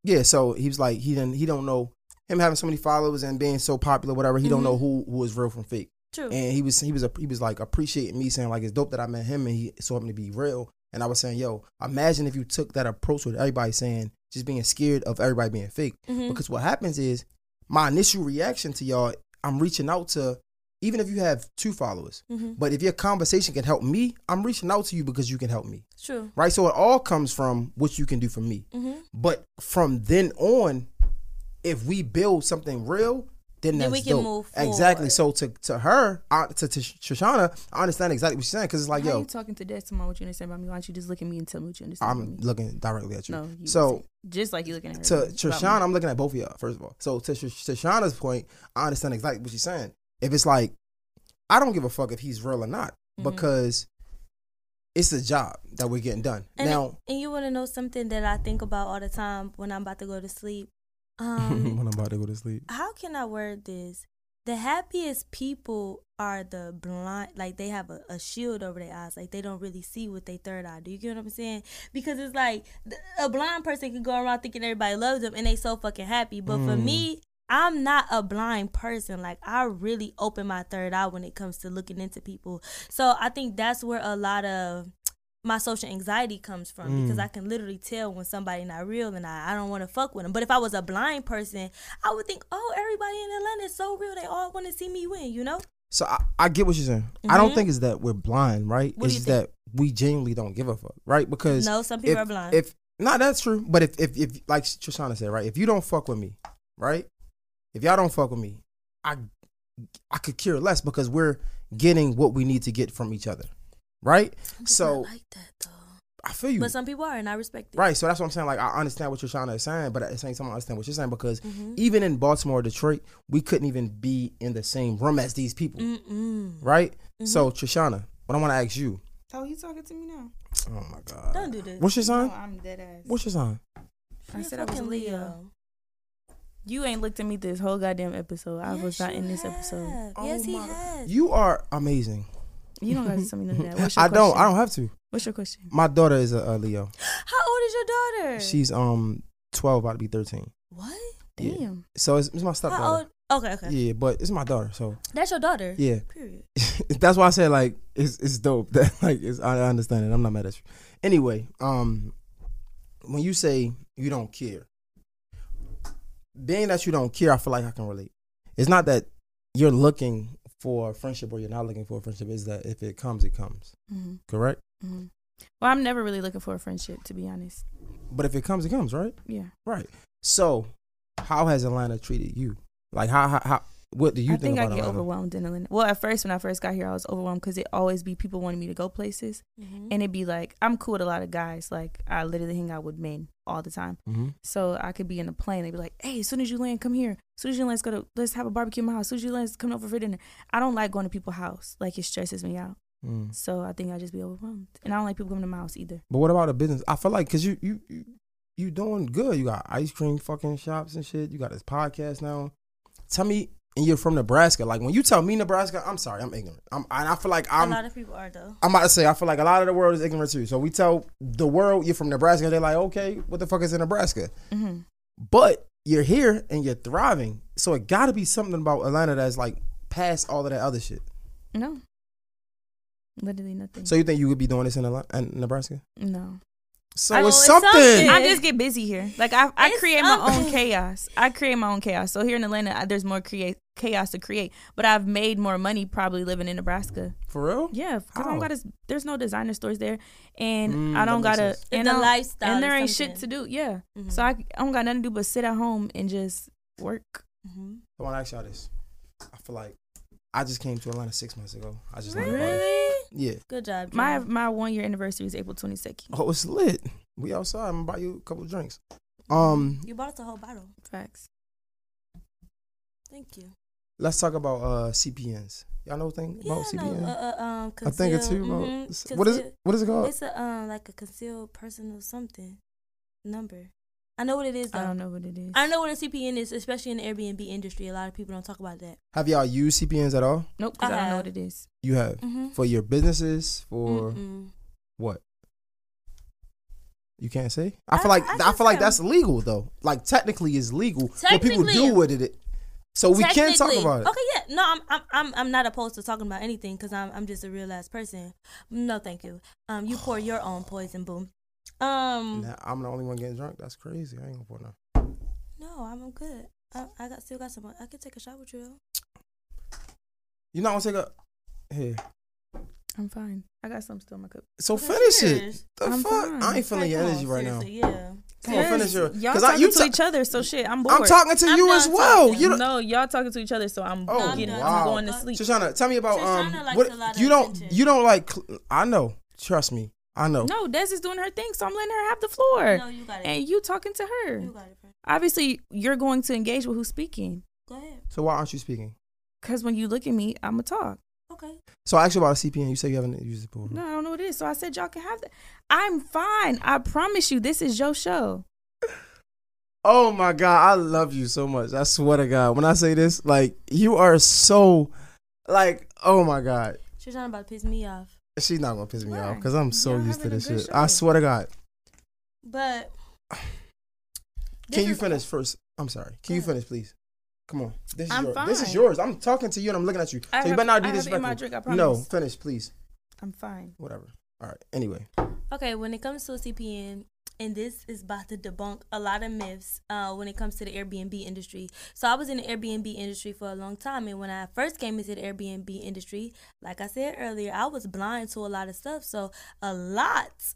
yeah. So he was like he didn't he don't know him having so many followers and being so popular, whatever. He
Mhm.
don't know who who is real from fake.
True.
And he was he was he was like appreciating me, saying like it's dope that I met him and he saw him to be real. And I was saying, yo, imagine if you took that approach with everybody saying just being scared of everybody being fake.
Mhm.
Because what happens is my initial reaction to y'all, I'm reaching out to even if you have two followers.
Mhm.
But if your conversation can help me, I'm reaching out to you because you can help me.
True.
Right? So it all comes from what you can do for me.
Mhm.
But from then on, if we build something real, then,
Then
that's
we can
dope.
move
exactly.
forward.
So to to her, I, to, to Shoshana, I understand exactly what she's saying because it's like,
How
yo,
you talking to Des tomorrow? What you understand about me? Why don't you just look at me and tell me what you understand? about
I'm
me?
looking directly at you.
No, you
so
wasn't. just like you looking at her
to
about me.
Trishana, I'm looking at both of y'all first of all. So to Trish- Trishana's point, I understand exactly what she's saying. If it's like, I don't give a fuck if he's real or not because it's a job that we're getting done
And,
now.
and you want to know something that I think about all the time when I'm about to go to sleep? Um,
when I'm about to go to sleep,
how can I word this? The happiest people are the blind, like they have a, a shield over their eyes, like they don't really see with their third eye. Do you get what I'm saying? Because it's like th- a blind person can go around thinking everybody loves them and they so fucking happy. But for me, I'm not a blind person. Like I really open my third eye when it comes to looking into people. So I think that's where a lot of my social anxiety comes from because
Mm.
I can literally tell when somebody not real and I, I don't want to fuck with them. But if I was a blind person, I would think, oh, everybody in Atlanta is so real. They all want to see me win, you know?
so I, I get what you're saying. I don't
Mhm.
think it's that we're blind, right?
What
it's
do you
just that we genuinely don't give a fuck, right? Because
No, some people
if-
are blind.
If not, that's true. But if if if like Trishana said, right? If you don't fuck with me, right? If y'all don't fuck with me, I I could care less because we're getting what we need to get from each other, right?
I'm just
So
not like that though.
I feel you,
But some people are, and I respect it.
right? So that's what I'm saying. Like I understand what Trishana is saying, but at the same time, I understand what you're saying because
Mhm.
even in Baltimore, Detroit, we couldn't even be in the same room as these people,
Mm-mm.
right?
Mm-hmm.
So Trishana, what I want to ask you,
Oh, you talking to me now?
oh my god,
Don't do this.
What's your sign?
I'm dead ass.
What's your sign?
I
You're
said I was
fucking
Leo. You ain't looked at me this whole goddamn episode. I was
Yes,
not in
you
this episode.
have. yes,
Oh
he
my-
has.
You are amazing.
You don't got to tell me none of that. What's your
I don't.
question?
I don't have to.
What's your question?
My daughter is a, a Leo.
How old is your daughter?
She's um twelve, about to be thirteen.
what?
Yeah.
Damn.
So it's, it's my
How
stepdaughter.
old? Okay, okay.
Yeah, but it's my daughter. So
That's your daughter.
yeah,
Period.
that's why I said like it's it's dope. That like it's, I I understand it. I'm not mad at you. Anyway, um, when you say you don't care, being that you don't care, I feel like I can relate. It's not that you're looking for a friendship or you're not looking for a friendship. It's that if it comes, it comes.
hmm
Correct.
hmm Well, I'm never really looking for a friendship, to be honest.
But if it comes, it comes. Right.
Yeah.
Right. So, how has Atlanta treated you? Like, how, how, how what do you
I
think,
think, I
about
get
Atlanta?
overwhelmed in Atlanta. Well, at first, when I first got here, I was overwhelmed because it always be people wanting me to go places.
Mm-hmm.
And it'd be like, I'm cool with a lot of guys. Like, I literally hang out with men all the time.
Mhm.
So I could be in a plane. They'd be like, hey, as soon as you land, come here. As soon as you land, let's go to, let's have a barbecue in my house. As soon as you land, let's come over for dinner. I don't like going to people's house. Like, it stresses me out.
Mm.
So I think I just be overwhelmed. And I don't like people coming to my house either.
But what about the business? I feel like because you, you, you, you doing good. You got ice cream fucking shops and shit. You got this podcast now. Tell me, and you're from Nebraska. Like when you tell me Nebraska, I'm sorry, I'm ignorant. I'm, and I feel like
A
I'm.
lot of people are though.
I'm about to say, I feel like a lot of the world is ignorant too. So we tell the world you're from Nebraska, they're like, okay, what the fuck is in Nebraska?
hmm
But you're here and you're thriving. So it gotta be something about Atlanta that's like past all of that other shit.
No. Literally nothing.
So you think you would be doing this in, Ala- in Nebraska?
no.
So
I know,
it's
it's
something.
something.
I just get busy here. Like I, I
It's
create my own
something.
chaos. I create my own chaos. So here in Atlanta, I, there's more create chaos to create. But I've made more money probably living in Nebraska.
For real?
Yeah, 'cause I don't
How?
gotta. There's no designer stores there, and
Mm,
I don't
that makes
gotta.
sense.
And
The
I don't-
lifestyle
And there
is
ain't shit to
something.
do. Yeah.
Mhm.
So I, I don't got nothing to do but sit at home and just work.
Mhm.
I want to ask y'all this. I feel like I just came to Atlanta six months ago. I just learned about it.
Really?
Yeah.
Good job.
My
Junior.
my one year anniversary is April 22nd.
Oh, it's lit. We outside. I'm gonna buy you a couple drinks. Um,
you bought us a whole bottle.
Facts.
Thank you.
let's talk about uh CPNs. Y'all know thing
Yeah,
about
I know.
CBN?
Uh, uh, um,
I think it's
conceal-
too. bro.
mhm,
It's- What is
conceal-
it? What is it called?
It's a um like a concealed personal something number. I know what it is though.
I
Um,
don't know what it is.
I know what a CPN is, especially in the Airbnb industry. A lot of people don't talk about that.
Have y'all used CPNs at all?
Nope, 'cause
I
I, don't know what
have.
it is.
You have
Mm-hmm.
for your businesses for
Mm-mm.
what? You can't say. I,
I-
feel like
I
I,
just
feel like
am.
that's legal though. Like technically, it's legal. What people
Technically.
do with it, so we can talk
Technically.
about it.
Okay, yeah. No, I'm I'm I'm, I'm not opposed to talking about anything because I'm I'm just a real ass person. No, thank you. Um, you pour your own poison, boom. Um,
Nah, I'm the only one getting drunk. That's crazy. I ain't gonna pour none.
no, I'm good. I, I got still got some. I could take a shot with you. though.
You not gonna take a. Here.
I'm fine. I got some still in my cup.
So
Okay,
finish
cheers.
it. The
I'm
fuck?
fine.
I ain't feeling
Like,
your
come on,
energy right now.
seriously, Yeah.
Come on, finish your.
Y'all
I,
talking
you
to
ta-
each other, so shit. I'm bored.
I'm talking to
I'm
you
done
as well.
talking.
You don't.
no, y'all talking to each other, so I'm
Oh,
getting.
wow.
I'm going to sleep.
Shoshana, tell me about
Shoshana
um.
likes
What,
a lot of
you don't.
attention.
You don't like. cl- I know. Trust me. I know.
No, Des is doing her thing, so I'm letting her have the floor.
No, you got it.
and you talking to her.
You got it, bro.
Obviously, you're going to engage with who's speaking.
Go ahead.
So why aren't you speaking?
Cause when you look at me, I'ma talk.
Okay.
So I asked you about a CPN. You said you haven't used it before.
No, I don't know what it is. So I said y'all can have that. I'm fine. I promise you, this is your show.
Oh my god, I love you so much. I swear to God, when I say this, like you are so, like oh my god,
She's not about to piss me off.
she's not gonna piss me
Why?
off because I'm so
Y'all
used to
having a
this
good
shit. I
show.
swear to God.
But This
Can you
is-
finish first? I'm sorry. Can you finish, please? Come on. This is
I'm
yours. This is
fine.
yours. I'm talking to you and I'm looking at you.
I
so you
have-
better not
I
do
have
this.
it in my drink, I
No,
promise.
finish, please.
I'm fine.
Whatever. All right. Anyway,
okay, when it comes to a CPN, and this is about to debunk a lot of myths uh, when it comes to the Airbnb industry. So I was in the Airbnb industry for a long time, and when I first came into the Airbnb industry, like I said earlier, I was blind to a lot of stuff. So a lot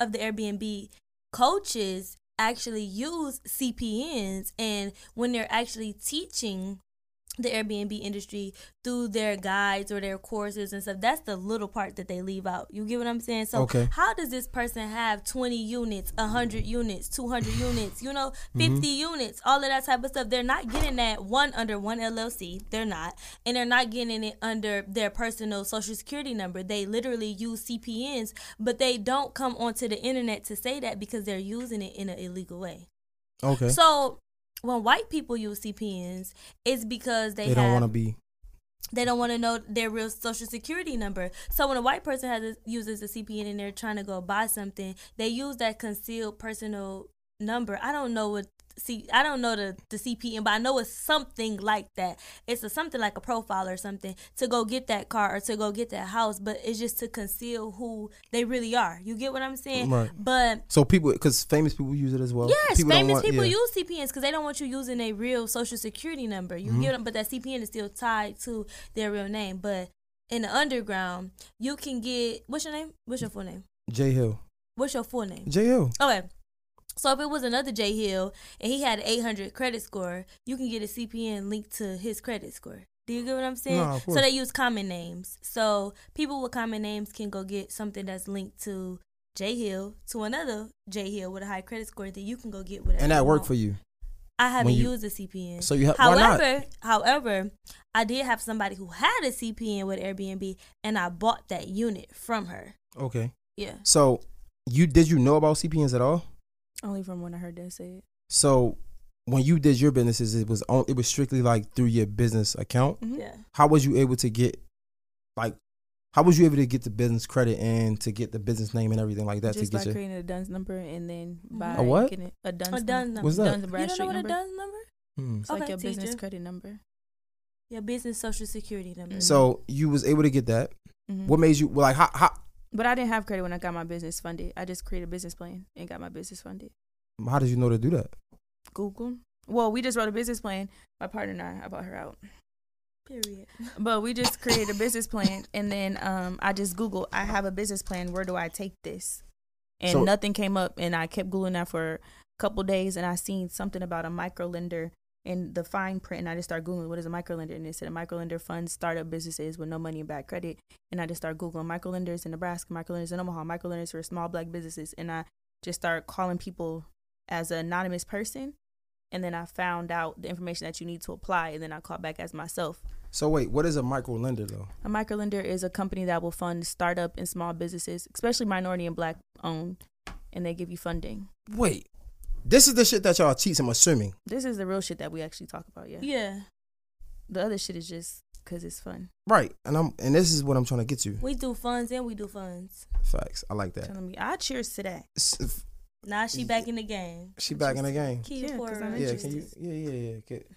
of the Airbnb coaches actually use CPNs, and when they're actually teaching the Airbnb industry through their guides or their courses and stuff. That's the little part that they leave out. You get what I'm saying? So
Okay.
how does this person have 20 units, 100 units, 200 units, you know, 50 units, all of that type of stuff? They're not getting that one under one LLC. They're not. And they're not getting it under their personal social security number. They literally use CPNs, but they don't come onto the internet to say that because they're using it in an illegal way.
okay.
So when white people use CPNs, it's because they,
they don't
have-
want to be.
they don't want to know their real social security number. So when a white person has uses a CPN and they're trying to go buy something, they use that concealed personal number. I don't know what see I don't know the the CPN, but I know it's something like that. It's a something like a profile or something to go get that car or to go get that house, but it's just to conceal who they really are. You get what I'm saying?
Right.
But
So people, because famous people use it as well.
Yes,
don't
famous
want-
people
yeah.
use CPNs because they don't want you using a real social security number. You
Mm-hmm.
get them, but that CPN is still tied to their real name. But in the underground, you can get what's your name? What's your full name?
J Hill.
What's your full name?
J Hill.
Okay. So if it was another J Hill and he had an 800 credit score, you can get a CPN linked to his credit score. Do you get what I'm saying?
Nah, of
so
course.
they use common names. So people with common names can go get something that's linked to J Hill to another J Hill with a high credit score. Then you can go get whatever.
And that
you
worked
want.
for you.
I haven't
you-
used a CPN.
So you ha- why not?
however, however, I did have somebody who had a CPN with Airbnb, and I bought that unit from her.
Okay.
Yeah.
So you did you know about CPNs at all?
Only from when I heard Des say it.
So when you did your businesses, it was on, it was strictly like through your business account.
Mhm.
Yeah.
How was you able to get like how was you able to get the business credit and to get the business name and everything like that
Just
to
by
get your
creating a DUNS number and then by
A what?
getting a DUNS
Mm-hmm. A DUNS number.
What's that?
Duns and
You don't know
Bradstreet
what a
number.
DUNS number?
Hmm.
It's like
Okay,
your business
teacher.
credit number.
Your business social security number.
Mhm.
So you was able to get that.
Mhm.
What made you well, like how how
But I didn't have credit when I got my business funded. I just created a business plan and got my business funded.
how did you know to do that?
Google. Well, we just wrote a business plan. My partner and I, I bought her out.
Period.
But we just created a business plan, and then um, I just Googled, I have a business plan. Where do I take this? And
So-
nothing came up, and I kept Googling that for a couple days, and I seen something about a micro lender in the fine print, and I just started Googling, what is a micro lender? And it said a micro lender funds startup businesses with no money and bad credit. And I just started Googling micro lenders in Nebraska, micro lenders in Omaha, micro lenders for small black businesses. And I just started calling people as an anonymous person and then I found out the information that you need to apply, and then I called back as myself.
So wait, what is a micro lender though?
A microlender is a company that will fund startup and small businesses, especially minority and black owned, and they give you funding.
Wait, this is the shit that y'all teach. I'm assuming.
This is the real shit that we actually talk about, yeah.
Yeah.
The other shit is just because it's fun.
Right, and I'm and this is what I'm trying to get to.
We do funds and we do funds.
Facts. I like that.
Telling me, I cheers to that.
S- if-
Now she back in the game.
She back in the game.
Key
Yeah, 'cause
for
I'm
Yeah. Can
interested.
you? Yeah. Yeah. Yeah. Get,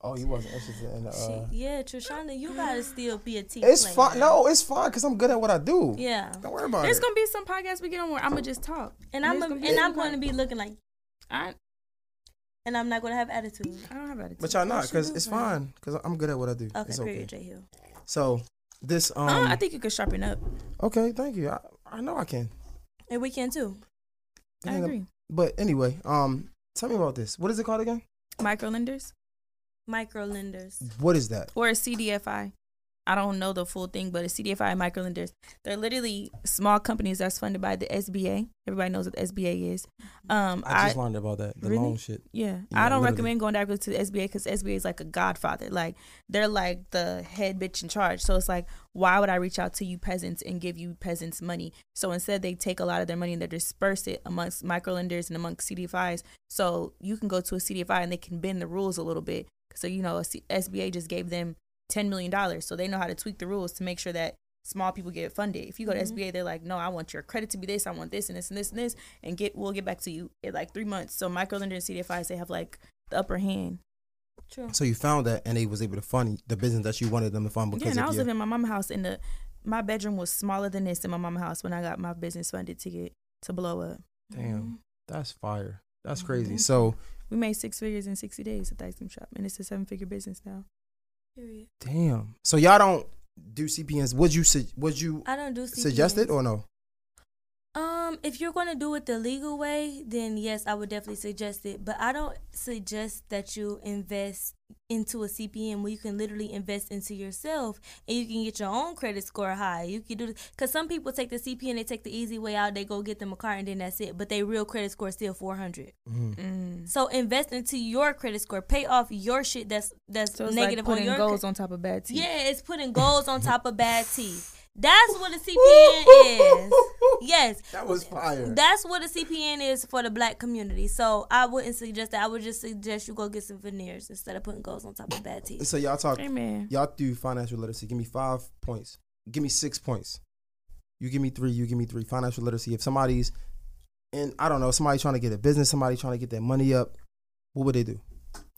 oh, you wasn't interested in the. Uh,
She, yeah, Trishana, you gotta still be a team.
it's
player.
fine. No, it's fine because I'm good at what I do.
Yeah,
Don't worry about
There's
it.
gonna be some podcasts we get on where I'm gonna just talk,
and I'm
There's
a,
gonna be
and
some
I'm gonna
part-
be looking like,
I
and I'm not gonna have attitude.
I don't have attitude.
but y'all not
Yes, you
because
do,
it's
girl.
fine because I'm good at what I do.
Okay,
it's okay.
period, J Hill.
So this um.
Uh, I think you could sharpen up.
okay, thank you. I, I know I can.
And we can too.
I
I
think I'm-
agree.
But anyway, um, tell me about this. What is it called again?
Micro lenders
Micro lenders.
What is that?
or a CDFI. I don't know the full thing, but a CDFI and micro lenders. They're literally small companies that's funded by the SBA. Everybody knows what the SBA is. Um,
I
I,
just learned about that. The
Really?
loan shit.
Yeah,
Yeah,
I don't
literally.
recommend going directly to the SBA because SBA is like a godfather. Like they're like the head bitch in charge. So it's like, why would I reach out to you peasants and give you peasants money? So instead, they take a lot of their money and they disperse it amongst microlenders and amongst CDFIs. So you can go to a CDFI and they can bend the rules a little bit. So you know, a C- SBA just gave them ten million dollars, so they know how to tweak the rules to make sure that small people get funded. If you go to SBA, they're like, no, I want your credit to be this, I want this and this and this and this, and get we'll get back to you in like three months. So microlender and CDFIs they have like the upper hand.
True.
So you found that, and they was able to fund the business that you wanted them to fund
yeah,
because
and I
of
was
you.
living in my mama's house, and the my bedroom was smaller than this in my mama's house when I got my business funded to get to blow up. Mm-hmm.
Damn, that's fire. That's crazy. So
We made six figures in sixty days at the ice cream shop, and it's a seven figure business now.
Period.
damn. So y'all don't do CPNs. Would you su- would you
I don't do CPS.
suggest it or no?
Um, if you're gonna do it the legal way, then yes, I would definitely suggest it. But I don't suggest that you invest into a CPM where you can literally invest into yourself and you can get your own credit score high. You can do because some people take the CPM, they take the easy way out, they go get them a car and then that's it. But they real credit score is still four hundred.
Mm.
Mm.
So invest into your credit score, pay off your shit that's that's
So it's
negative
like putting
on your
goals on top of bad teeth.
yeah, it's putting goals on top of bad teeth. That's what a CPN is. Yes.
That was fire.
That's what a CPN is for the black community. So I wouldn't suggest that. I would just suggest you go get some veneers instead of putting goals on top of bad teeth.
so y'all talk.
Amen.
Y'all do financial literacy. Give me five points. Give me six points. You give me three. You give me three. Financial literacy. If somebody's and I don't know, somebody trying to get a business, somebody trying to get their money up, what would they do?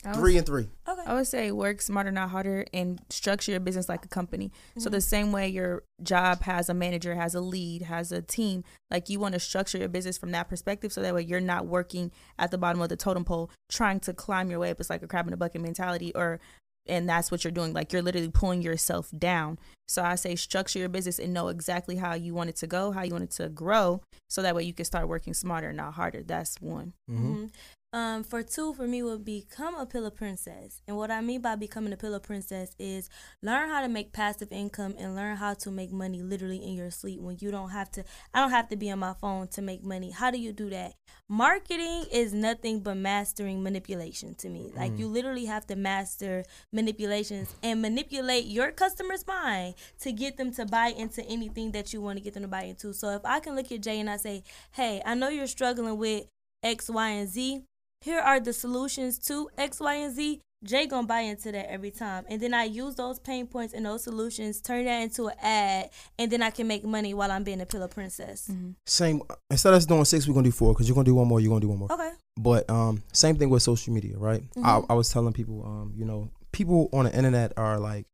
I was-
Three and three.
Okay.
I would say work smarter, not harder, and structure your business like a company. So the same way your job has a manager, has a lead, has a team, like you want to structure your business from that perspective, so that way you're not working at the bottom of the totem pole trying to climb your way up. It's like a crab in a bucket mentality, or and that's what you're doing. Like you're literally pulling yourself down. So I say structure your business and know exactly how you want it to go, how you want it to grow, so that way you can start working smarter, not harder. That's one.
Mhm. Um, for two, for me, would become a pillow princess. And what I mean by becoming a pillow princess is learn how to make passive income and learn how to make money literally in your sleep when you don't have to. I don't have to be on my phone to make money. How do you do that? Marketing is nothing but mastering manipulation to me. Like you literally have to master manipulations and manipulate your customer's mind to get them to buy into anything that you want to get them to buy into. So if I can look at Jay and I say, "Hey, I know you're struggling with." X, Y, and Z. Here are the solutions to X, Y, and Z. Jay gonna buy into that every time, and then I use those pain points and those solutions, turn that into an ad, and then I can make money while I'm being a pillow princess.
Same. Instead of us doing six, we're gonna do four because you're gonna do one more. You're gonna do one more.
Oh.
Okay.
But um, same thing with social media, right? I,
Mm-hmm.
I was telling people, um, you know, people on the internet are like,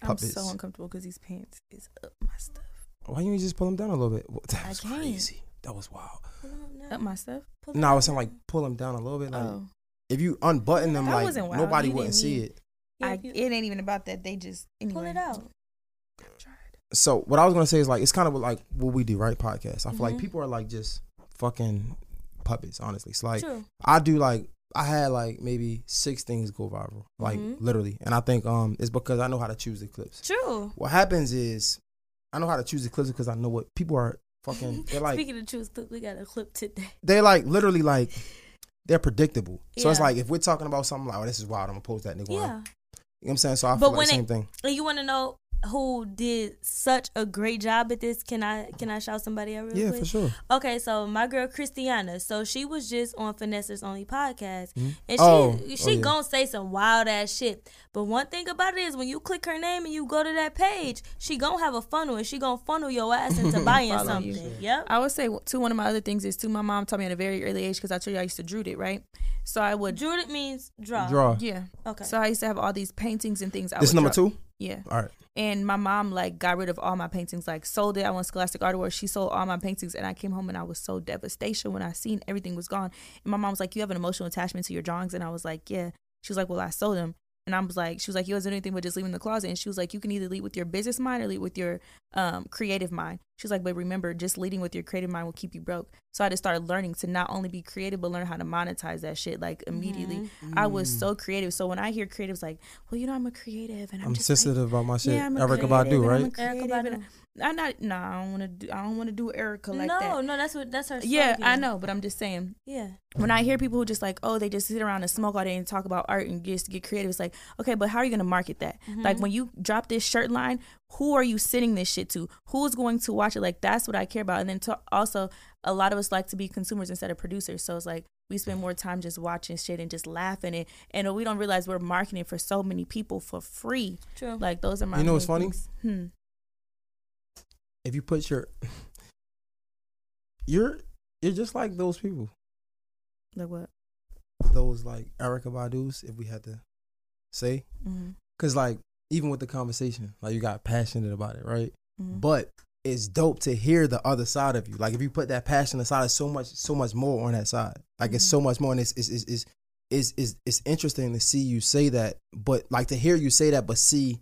Puppets.
I'm so uncomfortable because these pants is up my stuff,
why you ain't just pull them down a little bit? Wha- That
I
was
can't.
crazy. That was wild.
Pull 'em up now.
up my stuff.
Pull 'em
No, I
up
was saying
now.
like pull them down a little bit. Like
Oh.
if you unbutton them,
That
like
wasn't wild.
nobody
You
wouldn't
didn't
see
need-
it.
Yeah,
I,
if you-
it ain't even about that. They just anyway.
pull it out.
so what I was gonna say is like it's kind of like what we do, right? Podcast. I feel like
Mhm.
people are like just fucking puppets. Honestly, it's like
True.
I do like I had like maybe six things go viral, like
Mhm.
literally, and I think um it's because I know how to choose the clips.
True.
What happens is I know how to choose the clips because I know what people are fucking. They're like
Speaking of truth, look, we got a clip today.
they're like literally like they're predictable. So it's
Yeah.
like if we're talking about something like, oh, this is wild, I'm gonna post that nigga. one. You know
Yeah.
what I'm saying? So I feel
But
like
when
the same
it-
thing.
And you want to know who did such a great job at this? Can I can I shout somebody out real
Yeah,
quick?
for sure.
Okay, so my girl Christiana, so she was just on Finesse's Only podcast, and she
Oh,
she
oh, yeah.
gonna say some wild ass shit. But one thing about it is, when you click her name and you go to that page, she gonna have a funnel, and she gonna funnel your ass into buying
Follow you.
something. Yep.
I would say too. One of my other things is too. My mom taught me at a very early age because I told you I used to droot it, right? So I would,
Drew it means draw.
Draw.
yeah.
Okay.
So I used to have all these paintings and things. I
This
would
number
draw.
two.
Yeah.
All right.
And my mom like got rid of all my paintings, like sold it. I went Scholastic Art Award. She sold all my paintings, and I came home and I was so devastation when I seen everything was gone. And my mom was like, "You have an emotional attachment to your drawings," and I was like, "Yeah." She was like, "Well, I sold them," and I was like, "She was like, you wasn't doing anything but just leaving the closet." And she was like, "You can either lead with your business mind or lead with your um, creative mind." She was like, "But remember, just leading with your creative mind will keep you broke." So I just started learning to not only be creative but learn how to monetize that shit. Like immediately, I was so creative. So when I hear creatives like, "Well, you know, I'm a creative," and I'm,
I'm
just like,
sensitive about my shit.
yeah, I'm a
Erica
creative
Badu,
and I'm a
right?
creative
Erica
and I- I'm not. No, I don't want to do. I don't want to do Erica like
no,
that.
no, that's what that's her.
Yeah, I
slogan.
know, but I'm just saying.
Yeah.
When I hear people who just like, oh, they just sit around and smoke all day and talk about art and just get creative, it's like, okay, but how are you gonna market that? Like when you drop this shirt line, who are you sending this shit to? Who's going to watch it? Like that's what I care about. And then to, also, a lot of us like to be consumers instead of producers, so it's like we spend more time just watching shit and just laughing it, and we don't realize we're marketing for so many people for free.
True.
Like those are my.
You know what's
main
funny?
things. Hmm.
If you put your, you're you're just like those people,
Like what?
those like Erica Badu's. If we had to say,
Mhm.
because like even with the conversation, like you got passionate about it, right?
Mhm.
But it's dope to hear the other side of you. Like if you put that passion aside, it's so much, so much more on that side. Like it's so much more, and it's it's it's it's, it's, it's, it's interesting to see you say that, but like to hear you say that, but see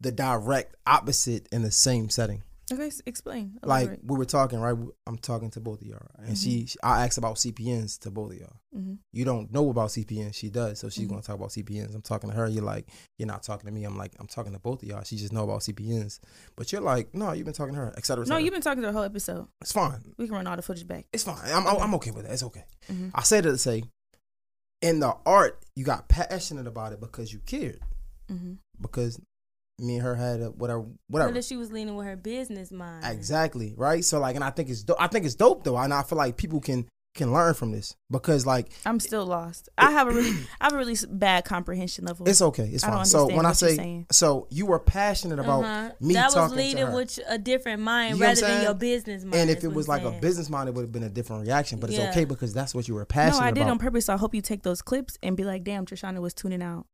the direct opposite in the same setting.
Okay, s- explain.
like we were talking, right? I'm talking to both of y'all, and she,
Mm-hmm.
she, I asked about CPNs to both of y'all.
hmm
You don't know about CPNs, she does, so she's
Mhm.
gonna talk about CPNs. I'm talking to her. You're like, you're not talking to me. I'm like, I'm talking to both of y'all. She just know about CPNs, but you're like, no, you've been talking to her, et cetera. et
No,
cetera.
you've been talking to the whole episode.
It's fine.
We can run all the footage back.
It's fine. I'm, I'm, I'm okay with that. It's okay.
Mhm.
I said it to say, in the art, you got passionate about it because you cared.
hmm
Because me and her had a whatever,
Whether
whatever.
she was leaning with her business mind.
Exactly. Right. So like, and I think it's dope. I think it's dope though, and I feel like people can can learn from this because like
I'm still lost. I have a really, I have a really s- bad comprehension level.
it's okay. It's
I don't
fine. So
understand
when I
what you're
say,
saying.
so you were passionate about
Uh-huh.
me
that was
talking to
leading
her.
with a different mind
You know what I'm
rather than
saying?
your business mind.
and
is
if it
what
was
I'm
like a
saying.
business mind, it would have been a different reaction. But it's
Yeah.
okay because that's what you were
no,
passionate
I did
about.
on purpose. So I hope you take those clips and be like, damn, Trishana was tuning out.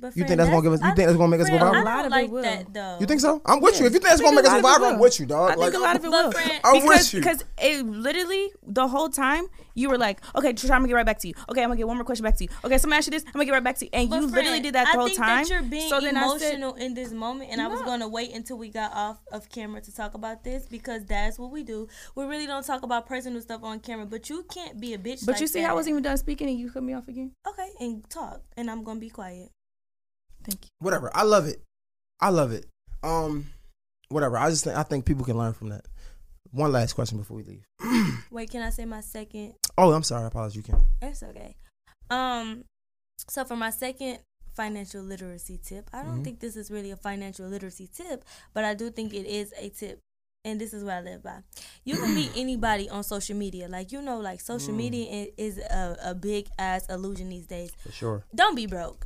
But
You
friend,
think that's gonna give us- you
I-
think that's gonna make us go
friend,
viral?
I
A lot
don't
of
like
it will.
that though.
You think so? I'm with you. If you think that's
I think
gonna make
a
us go
lot of it
viral, I'm
will.
with you, dog.
I think a lot of it
But
will.
friend-
I'm
because,
with you.
Because it literally the whole time you were like, okay, Trishana, I'm gonna get right back to you. Okay, I'm gonna get one more question back to you. Okay, somebody ask you this, I'm gonna get right back to you. And
But
you
friend,
literally did that the
I
whole
think
time.
That you're being
so then
emotional in this moment, and I was
No.
gonna wait until we got off of camera to talk about this because that's what we do. We really don't talk about personal stuff on camera, but you can't be a bitch.
I said, but
like
you see,
that.
I wasn't even done speaking, and you cut me off again.
okay and talk, and I'm gonna be quiet.
Thank you.
whatever. I love it. I love it. Um, whatever. I just think I think people can learn from that. One last question before we leave.
Wait, can I say my second?
Oh, I'm sorry. I apologize. You can.
It's okay. Um, so for my second financial literacy tip, I don't
Mhm.
think this is really a financial literacy tip, but I do think it is a tip. And this is what I live by. You can be anybody on social media. Like, you know, like social media i- is a, a big ass illusion these days.
For sure.
Don't be broke.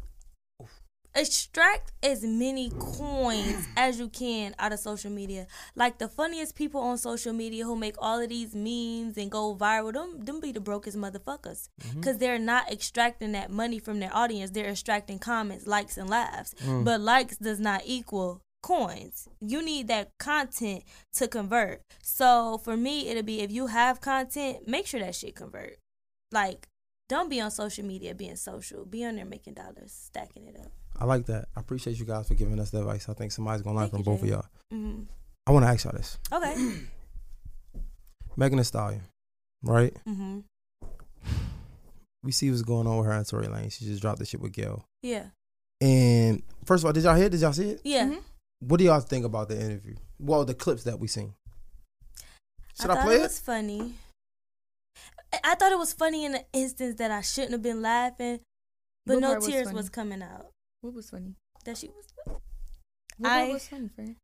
Extract as many coins as you can out of social media. Like the funniest people on social media who make all of these memes and go viral, them, them be the brokest motherfuckers. Because they're not extracting that money from their audience. They're extracting comments, likes, and laughs. But likes does not equal coins. You need that content to convert. So for me, it'll be if you have content, make sure that shit convert. Like, don't be on social media being social. Be on there making dollars, stacking it up.
I like that. I appreciate you guys for giving us the advice. I think somebody's gonna learn
Thank
from
you,
both of
Jay.
y'all.
hmm
I want to ask y'all this:
Okay.
Megan Thee Stallion, right?
hmm
We see what's going on with her and Tory Lane. She just dropped the shit with Gail.
Yeah.
And first of all, did y'all hear? it? Did y'all see it?
Yeah.
Mhm.
What do y'all think about the interview? Well, the clips that we seen. Should
I
I,
thought
play
it
it?
was funny. I- I thought it was funny in the instance that I shouldn't have been laughing, but
What
no
part was
tears
funny?
was coming out.
What was funny?
That she was
What
I-
part was funny, friend?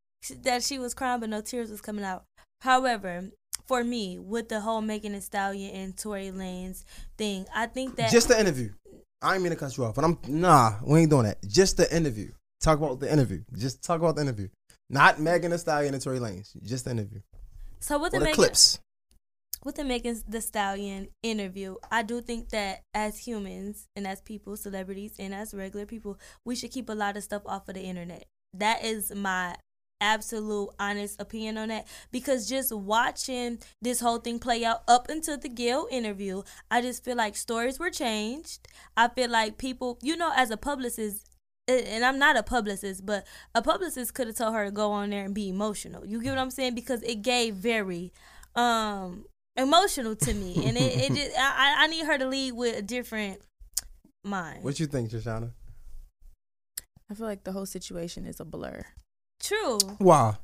that she was crying, but no tears was coming out. However, for me, with the whole Megan Thee Stallion and Tory Lanez thing, I think that
Just the interview. I ain't mean to cut you off, but I'm nah. We ain't doing that. Just the interview. Talk about the interview. Just talk about the interview. Not Megan Thee Stallion and Tory Lanez. Just the interview.
so with
Or
the,
the
Megan,
clips.
with the Megan the Stallion interview, I do think that as humans and as people, celebrities and as regular people, we should keep a lot of stuff off of the internet. That is my absolute honest opinion on that because just watching this whole thing play out up until the Gail interview, I just feel like stories were changed. I feel like people, you know, as a publicist, and- and I'm not a publicist, but a publicist could have told her to go on there and be emotional. You get what I'm saying? Because it gave very um emotional to me, and it, it just, I, I- I need her to lead with a different mind.
What you think, Shoshana?
I feel like the whole situation is a blur
True.
Wow.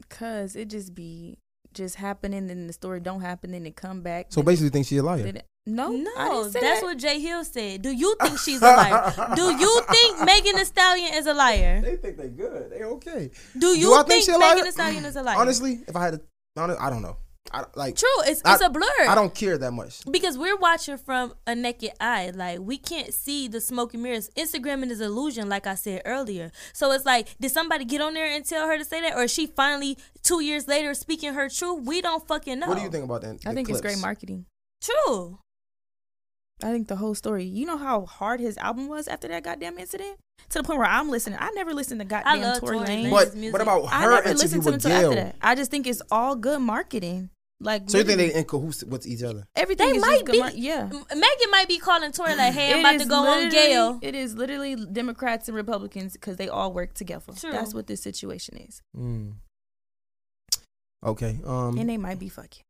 because it just be just happening, then the story don't happen, then it come back.
So
then-
basically, you think she a liar?
then it- no, I
No,
didn't
that's
say that.
what Jay Hill said. Do you think she's a liar? Do you think Megan Thee Stallion is a liar?
They think they good. They okay.
Do you
Do I
think,
think she a
Megan
liar?
Thee Stallion is a liar?
Honestly, if I had to, honest, I don't know. I like.
true. It's
I-
it's a blur.
I don't care that much.
because we're watching from a naked eye like we can't see the smoke and mirrors instagram is illusion like i said earlier so it's like did somebody get on there and tell her to say that or is she finally two years later speaking her truth we don't fucking know
What do you think about that?
I
the
think it's great
clips?
marketing.
true
I think the whole story. You know how hard his album was after that goddamn incident, to the point where I'm listening. I never listened to goddamn
love
Tory
Tory
Lanez.
Lanez.
But
Music.
what about
I
her
never
interview
listened to him
with
until after
Gail?
that. I just think it's all good marketing. Like,
So you think
literally,
they in cahoots with each other?
everything
they
is
might
just good
be
mar- yeah.
M- megan might be calling tori like hey i'm
It
about
is
to go on
literally-
gail
It is literally Democrats and Republicans because they all work together.
True.
That's what this situation is,
Mm. Okay. Um.
and they might be fucking.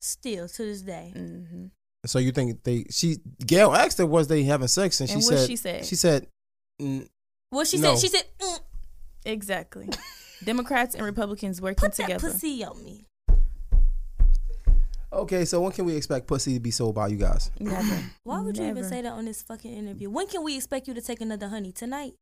still to this day Mm-hmm.
hmm
So you think they? She Gail asked her was they having sex, and she
And what
said
she said?
she said mm,
well she
No.
said she said mm,
Exactly. Democrats and Republicans working
put that
together.
pussy on me
okay. So when can we expect pussy to be sold by you guys?
Never.
why would you even
Never.
say that on this fucking interview when can we expect you to take another honey tonight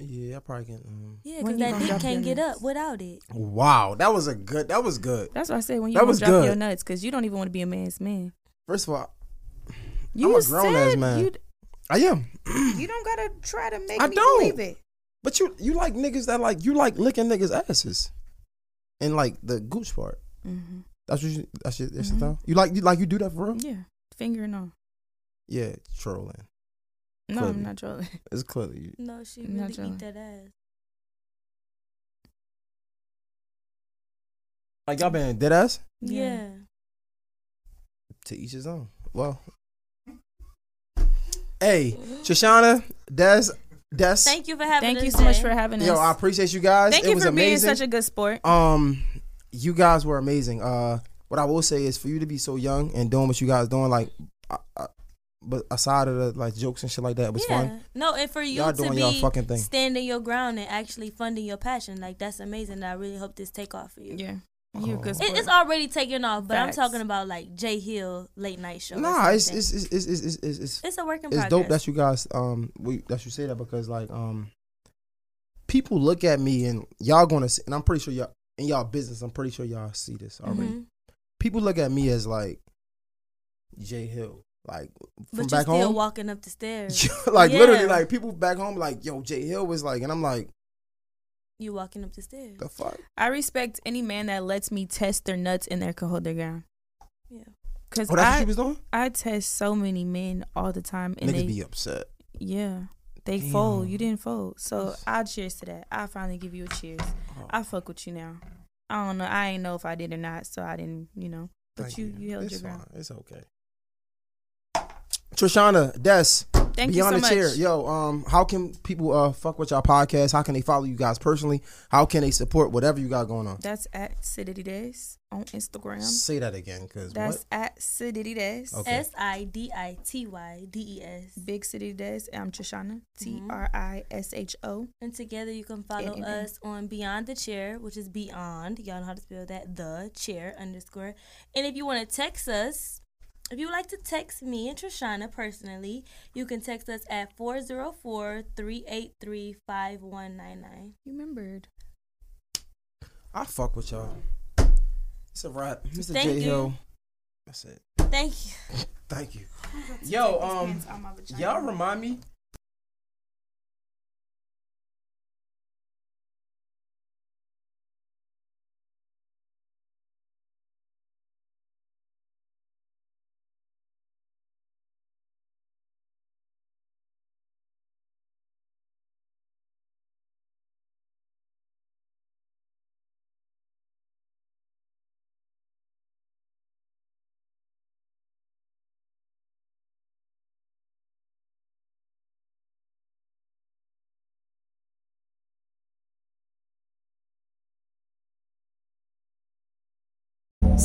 Yeah, I probably can. Um,
yeah
When you
because that
gonna
dick
drop
can't
your
get
nuts?
up without it
wow, that was a good. That was good.
That's why I said when you
That
gonna
was
drop
good.
your nuts because you don't even want to be a man's man.
First of all,
You
I'm a grown-ass
said
man.
You,
I am.
you don't gotta try to make
I
me
don't.
believe it.
But you you like niggas that like you like licking niggas asses, and like the gooch part.
hmm
That's what you, that's your, that's your
Mhm.
thought? You like you like you do that for real?
Yeah, fingering on.
Yeah, trolling.
No,
Clearly.
I'm not trolling.
It's clearly you.
No, she
Not
really
John.
eat that ass.
like y'all been dead ass
Yeah.
Yeah.
to each his own. Well, hey, Shoshana, Des, Des.
Thank you for having
Thank
us.
you so much
Jay.
for having us.
Yo, I appreciate you guys.
Thank
it
you
was
for
amazing.
being such a good sport.
um you guys were amazing uh what i will say is for you to be so young and doing what you guys doing like I, I, but aside of the like jokes and shit like that it was
yeah.
fun
No, and for you
Y'all
to
doing
be
y'all fucking thing.
standing your ground and actually funding your passion, like that's amazing. I really hope this take off for you.
Yeah, you
Oh.
a good
It,
sport.
it's already taken off, but
Facts.
I'm talking about like Jay Hill late night show. or
nah it's
something.
it's it's it's it's it's, it's,
it's a work in
it's
progress.
dope that you guys um we that you say that because like um people look at me and y'all gonna see and i'm pretty sure y'all in y'all business i'm pretty sure y'all see this already
Mhm.
people look at me as like jay hill like from
But you're
back
still
home
walking up the stairs.
like literally
Yeah.
like people back home like yo jay hill was like and i'm like
You walking up the stairs.
the fuck
I respect any man that lets me test their nuts and their cojones ground.
Yeah.
Oh, that's
Cause
what
I,
she was doing?
I test so many men all the time, and
Niggas
they
be upset.
yeah they
Damn.
fold. You didn't fold, so I cheers to that. I finally give you a cheers.
Oh.
I fuck with you now. I don't know. I ain't know if I did or not, so I didn't. You know, but
Thank
you you held
it's
your ground.
fine. It's okay. Trishana, Des,
Thank you
Beyond
so
the Chair.
much.
Yo, um, how can people uh fuck with y'all podcast? How can they follow you guys personally? How can they support whatever you got going on?
That's at Sidity Days on Instagram.
Say that again, cause
That's
what?
at Sidity Days.
Okay.
S I D I T Y D E S.
Big City Days. I'm Trishana. T R I S H O.
And together you can follow
Amen.
us on Beyond the Chair, which is Beyond. Y'all know how to spell that. The Chair underscore. And if you want to text us, if you would like to text me and Trishana personally, you can text us at 404 383 5199.
You remembered.
I fuck with y'all. It's a wrap, Mr.
Thank
J
you.
Hill. That's it.
Thank you.
Thank you. Yo, um, y'all remind me.